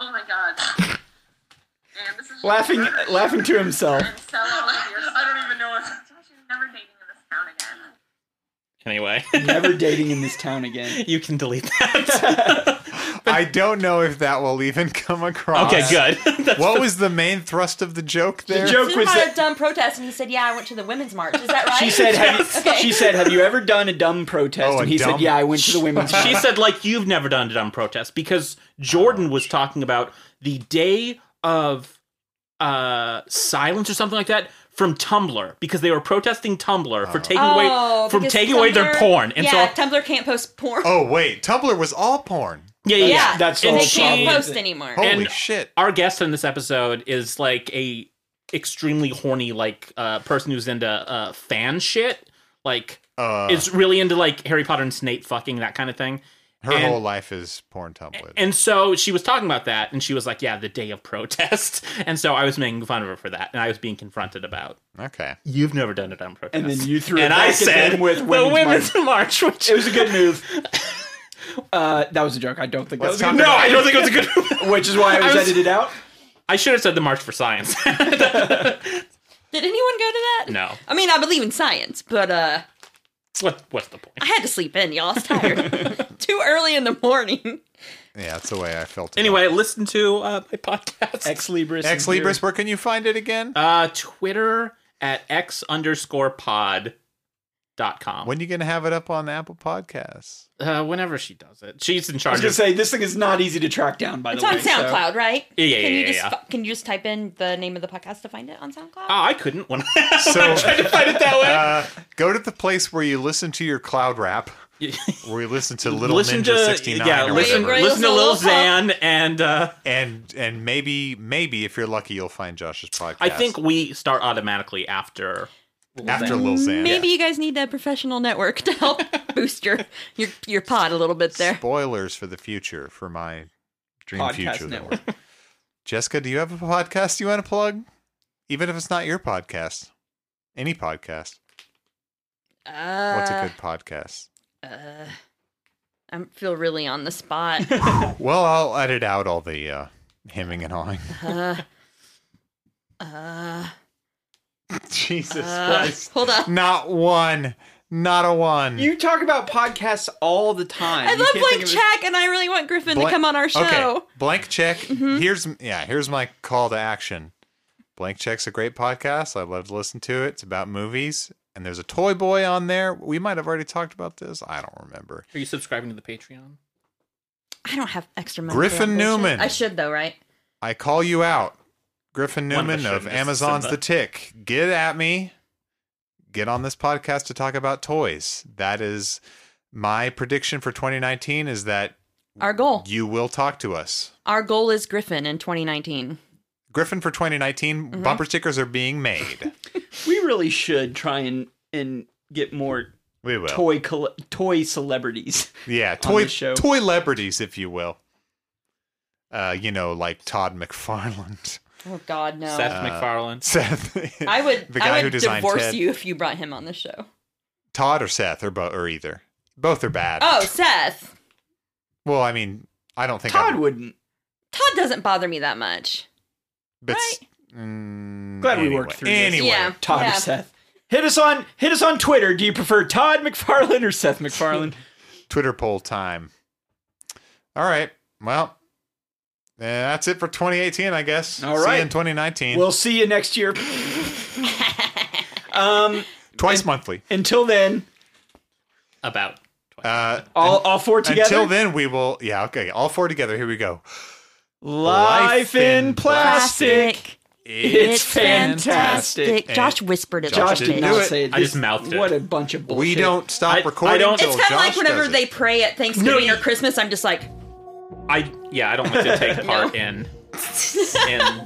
H: Oh my god. and this is
C: Laughing, laughing to himself.
H: And sell all of your I don't even know what. Josh, you're never dating in this town again.
E: Anyway,
C: Never dating in this town again.
E: you can delete that.
B: I don't know if that will even come across.
E: okay, good. That's
B: What was the main thrust of the joke there?
C: joke-
D: This
C: was
D: is about
C: that-
D: a dumb protest, and he said, "Yeah, I went to the women's march." Is that right?
C: She said, have you,
D: Okay.
C: she said, have you ever done a dumb protest?
B: Oh, a
C: and he
B: dumb-
C: said, yeah, I went to the women's.
E: she
C: march."
E: said like you've never done a dumb protest because jordan was talking about the day of uh silence or something like that from tumblr because they were protesting tumblr for taking away from
D: Oh, because
E: taking away their
D: Tumblr-
E: porn and
D: yeah,
E: so
D: Tumblr can't post porn.
B: Oh wait, Tumblr was all porn.
E: yeah yeah,
D: yeah,
E: yeah.
C: that's the
D: and they
C: whole
D: can't
C: problem.
D: post anymore.
B: Holy
E: And-
B: shit!
E: our guest in this episode is like a extremely horny like uh person who's into uh fan shit like
B: Uh,
E: is really into like harry potter and snape fucking that kind of thing
B: her
E: and-
B: whole life is porn Tumblr.
E: And so she was talking about that, and she was like, "Yeah, the day of protest." And so I was making fun of her for that, and I was being confronted about,
B: okay,
E: "You've never done it on protest."
C: And then you threw it
E: and
C: back
E: I
C: at
E: said,
C: them with
E: "The
C: women's
E: women's march." which
C: It was a good move. Uh, that was a joke. I don't think that
B: Let's
C: was a good
E: no,
B: talk
E: I don't think it was a good.
C: move, which is why it was,
E: I was-
C: edited out.
E: I should have said the march for science.
D: Did anyone go to that?
E: No.
D: I mean, I believe in science, but uh,
E: what? What's the point?
D: I had to sleep in, y'all. I was tired. Too early in the morning.
B: yeah, that's the way I felt. about
E: Anyway, listen to uh, my podcast.
C: Ex Libris.
B: it. Ex Libris, where can you find it again?
E: uh, Twitter at x underscore pod dot com.
B: when you gonna have it up on Apple Podcasts?
E: uh, whenever she does it, she's in
C: I
E: charge.
C: was gonna
E: of-
C: say this thing is not easy to track down. By
D: It's
C: the way,
D: on
C: so-
D: SoundCloud, right?
E: Yeah, yeah,
D: can
E: yeah,
D: you just
E: yeah.
D: fu- can you just type in the name of the podcast to find it on SoundCloud?
E: Oh, I couldn't when I,
B: So-
E: when I tried to find it that way.
B: Uh, go to the place where you listen to your cloud rap, where you listen to Little
E: listen
B: Ninja
E: to
B: sixty nine,
E: yeah,
B: or
E: listen,
B: whatever,
D: Right.
E: listen to Lil
D: Little Pump.
E: Xan, and uh,
B: and and maybe maybe if you're lucky, you'll find Josh's podcast.
E: I think we start automatically after.
B: after Lil Xan.
D: Maybe you guys need a professional network to help boost your your your pod a little bit there.
B: Spoilers for the future for my dream
C: Podcast
B: future. that
C: network.
B: we're- Jessica, do you have a podcast you want to plug? Even if it's not your podcast, any podcast.
D: Uh,
B: What's a good podcast?
D: I feel really on the spot.
B: Well, I'll edit out all the uh, hemming and hawing.
D: Uh,
B: Jesus
D: uh,
B: Christ!
D: hold on.
B: Not one, not a one.
C: You talk about podcasts all the time.
D: I
C: You
D: love
C: can't think
D: Blank
C: of a-
D: Check, and I really want Griffin
B: Blank-
D: to come on our show. Mm-hmm.
B: Okay, blank check. Here's yeah. Here's my call to action. Blank check's a great podcast. I love to listen to it. It's about movies, and there's a toy boy on there. We might have already talked about this. I don't remember.
E: Are you subscribing to the Patreon?
D: I don't have extra money.
B: Griffin
D: for that bullshit.
B: Newman.
D: I should though, right?
B: I call you out, Griffin
E: One of us
B: Newman of
E: shouldn't, it's
B: Amazon's
E: Simba.
B: The Tick. Get at me. Get on this podcast to talk about toys. That is my prediction for 2019. Is that
D: Our goal.
B: you will talk to us.
D: Our goal is Griffin in 2019.
B: Griffin for 2019
D: Mm-hmm.
B: bumper stickers are being made.
C: We really should try and and get more
B: we will.
C: toy coll- toy celebrities.
B: Yeah,
C: on
B: toy
C: the show.
B: toy celebrities, if you will. Uh, you know, like Todd McFarland,
D: Oh God, no.
B: Uh,
E: Seth MacFarlane.
B: Seth.
D: I would.
B: the guy
D: I
B: who
D: would
B: designed
D: divorce
B: Ted.
D: you if you brought him on the show.
B: Todd or Seth or bo- or either. Both are bad.
D: Oh, Seth.
B: Well, I mean, I don't think
C: Todd
B: I,
C: wouldn't.
D: Todd doesn't bother me that much.
B: But s-
D: right?
B: mm,
C: Glad we
B: anyway.
C: worked through this.
B: Anyway,
D: Yeah.
C: Todd
D: yeah.
C: or Seth. Hit us on hit us on Twitter. Do you prefer Todd McFarlane or Seth MacFarlane?
B: Twitter poll time. All right. Well, eh, that's it for 2018, I guess.
C: All
B: See you
C: right.
B: in 2019.
C: we'll see you next year. Um,
B: Twice monthly.
C: until then,
E: About.
B: Uh,
C: all, all four together.
B: Until then, we will. Yeah, okay. All four together. Here we go.
C: life in plastic. It's fantastic.
D: Josh whispered it.
C: Josh
D: like a
C: did
D: bitch.
C: not
B: it.
C: say it.
E: I just mouthed it.
C: What a bunch of bullshit.
B: We don't stop
E: I- I
B: recording.
E: don't-
D: It's
B: kind of
D: like whenever they pray at Thanksgiving or Christmas. I'm just like,
E: I yeah, I don't like to take part in in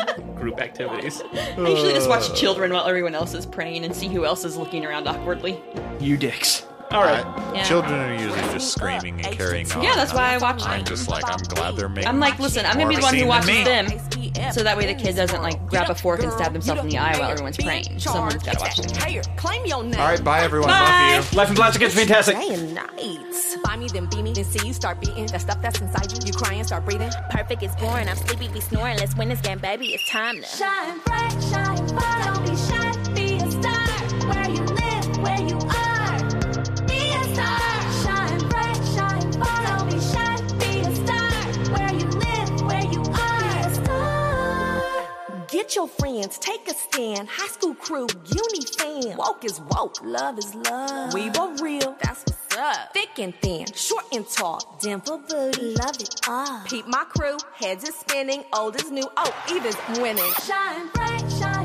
E: group activities.
D: I usually just watch children while everyone else is praying and see who else is looking around awkwardly.
C: You dicks. All right.
D: Yeah.
B: Children are usually just screaming and carrying on.
D: Yeah, that's why I watch
B: I'm
D: it.
B: just like, I'm glad they're making.
D: I'm like, listen, I'm gonna be the one who
B: Marcy
D: watches
B: and
D: them, so that way the kid doesn't like grab a fork and stab themself in the eye while everyone's praying. Someone's gotta watch it.
G: Claim your name.
B: All right, bye everyone.
D: Bye.
B: Love you.
C: Life in plastic is fantastic.
G: Day and night. Find me, then be me, then see you start beating. That stuff that's inside you, you crying, start breathing.
I: Perfect, it's boring. I'm sleepy, be snoring. Let's win this game, baby. It's time to.
J: Shine bright, shine bright, don't be shy, be a star. Where you live, where you are, be a star. Shine bright, shine bright, don't be shy, be a star. Where you live, where you are, be a star.
G: Get your friends, take a stand. High school crew, uni fan. Woke is woke, love is love. We were real, that's what's up. Thick and thin, short and tall. Denver booty,
J: Love it all.
G: Peep my crew, heads is spinning, old is new, oh, even's winning.
J: Shine bright, shine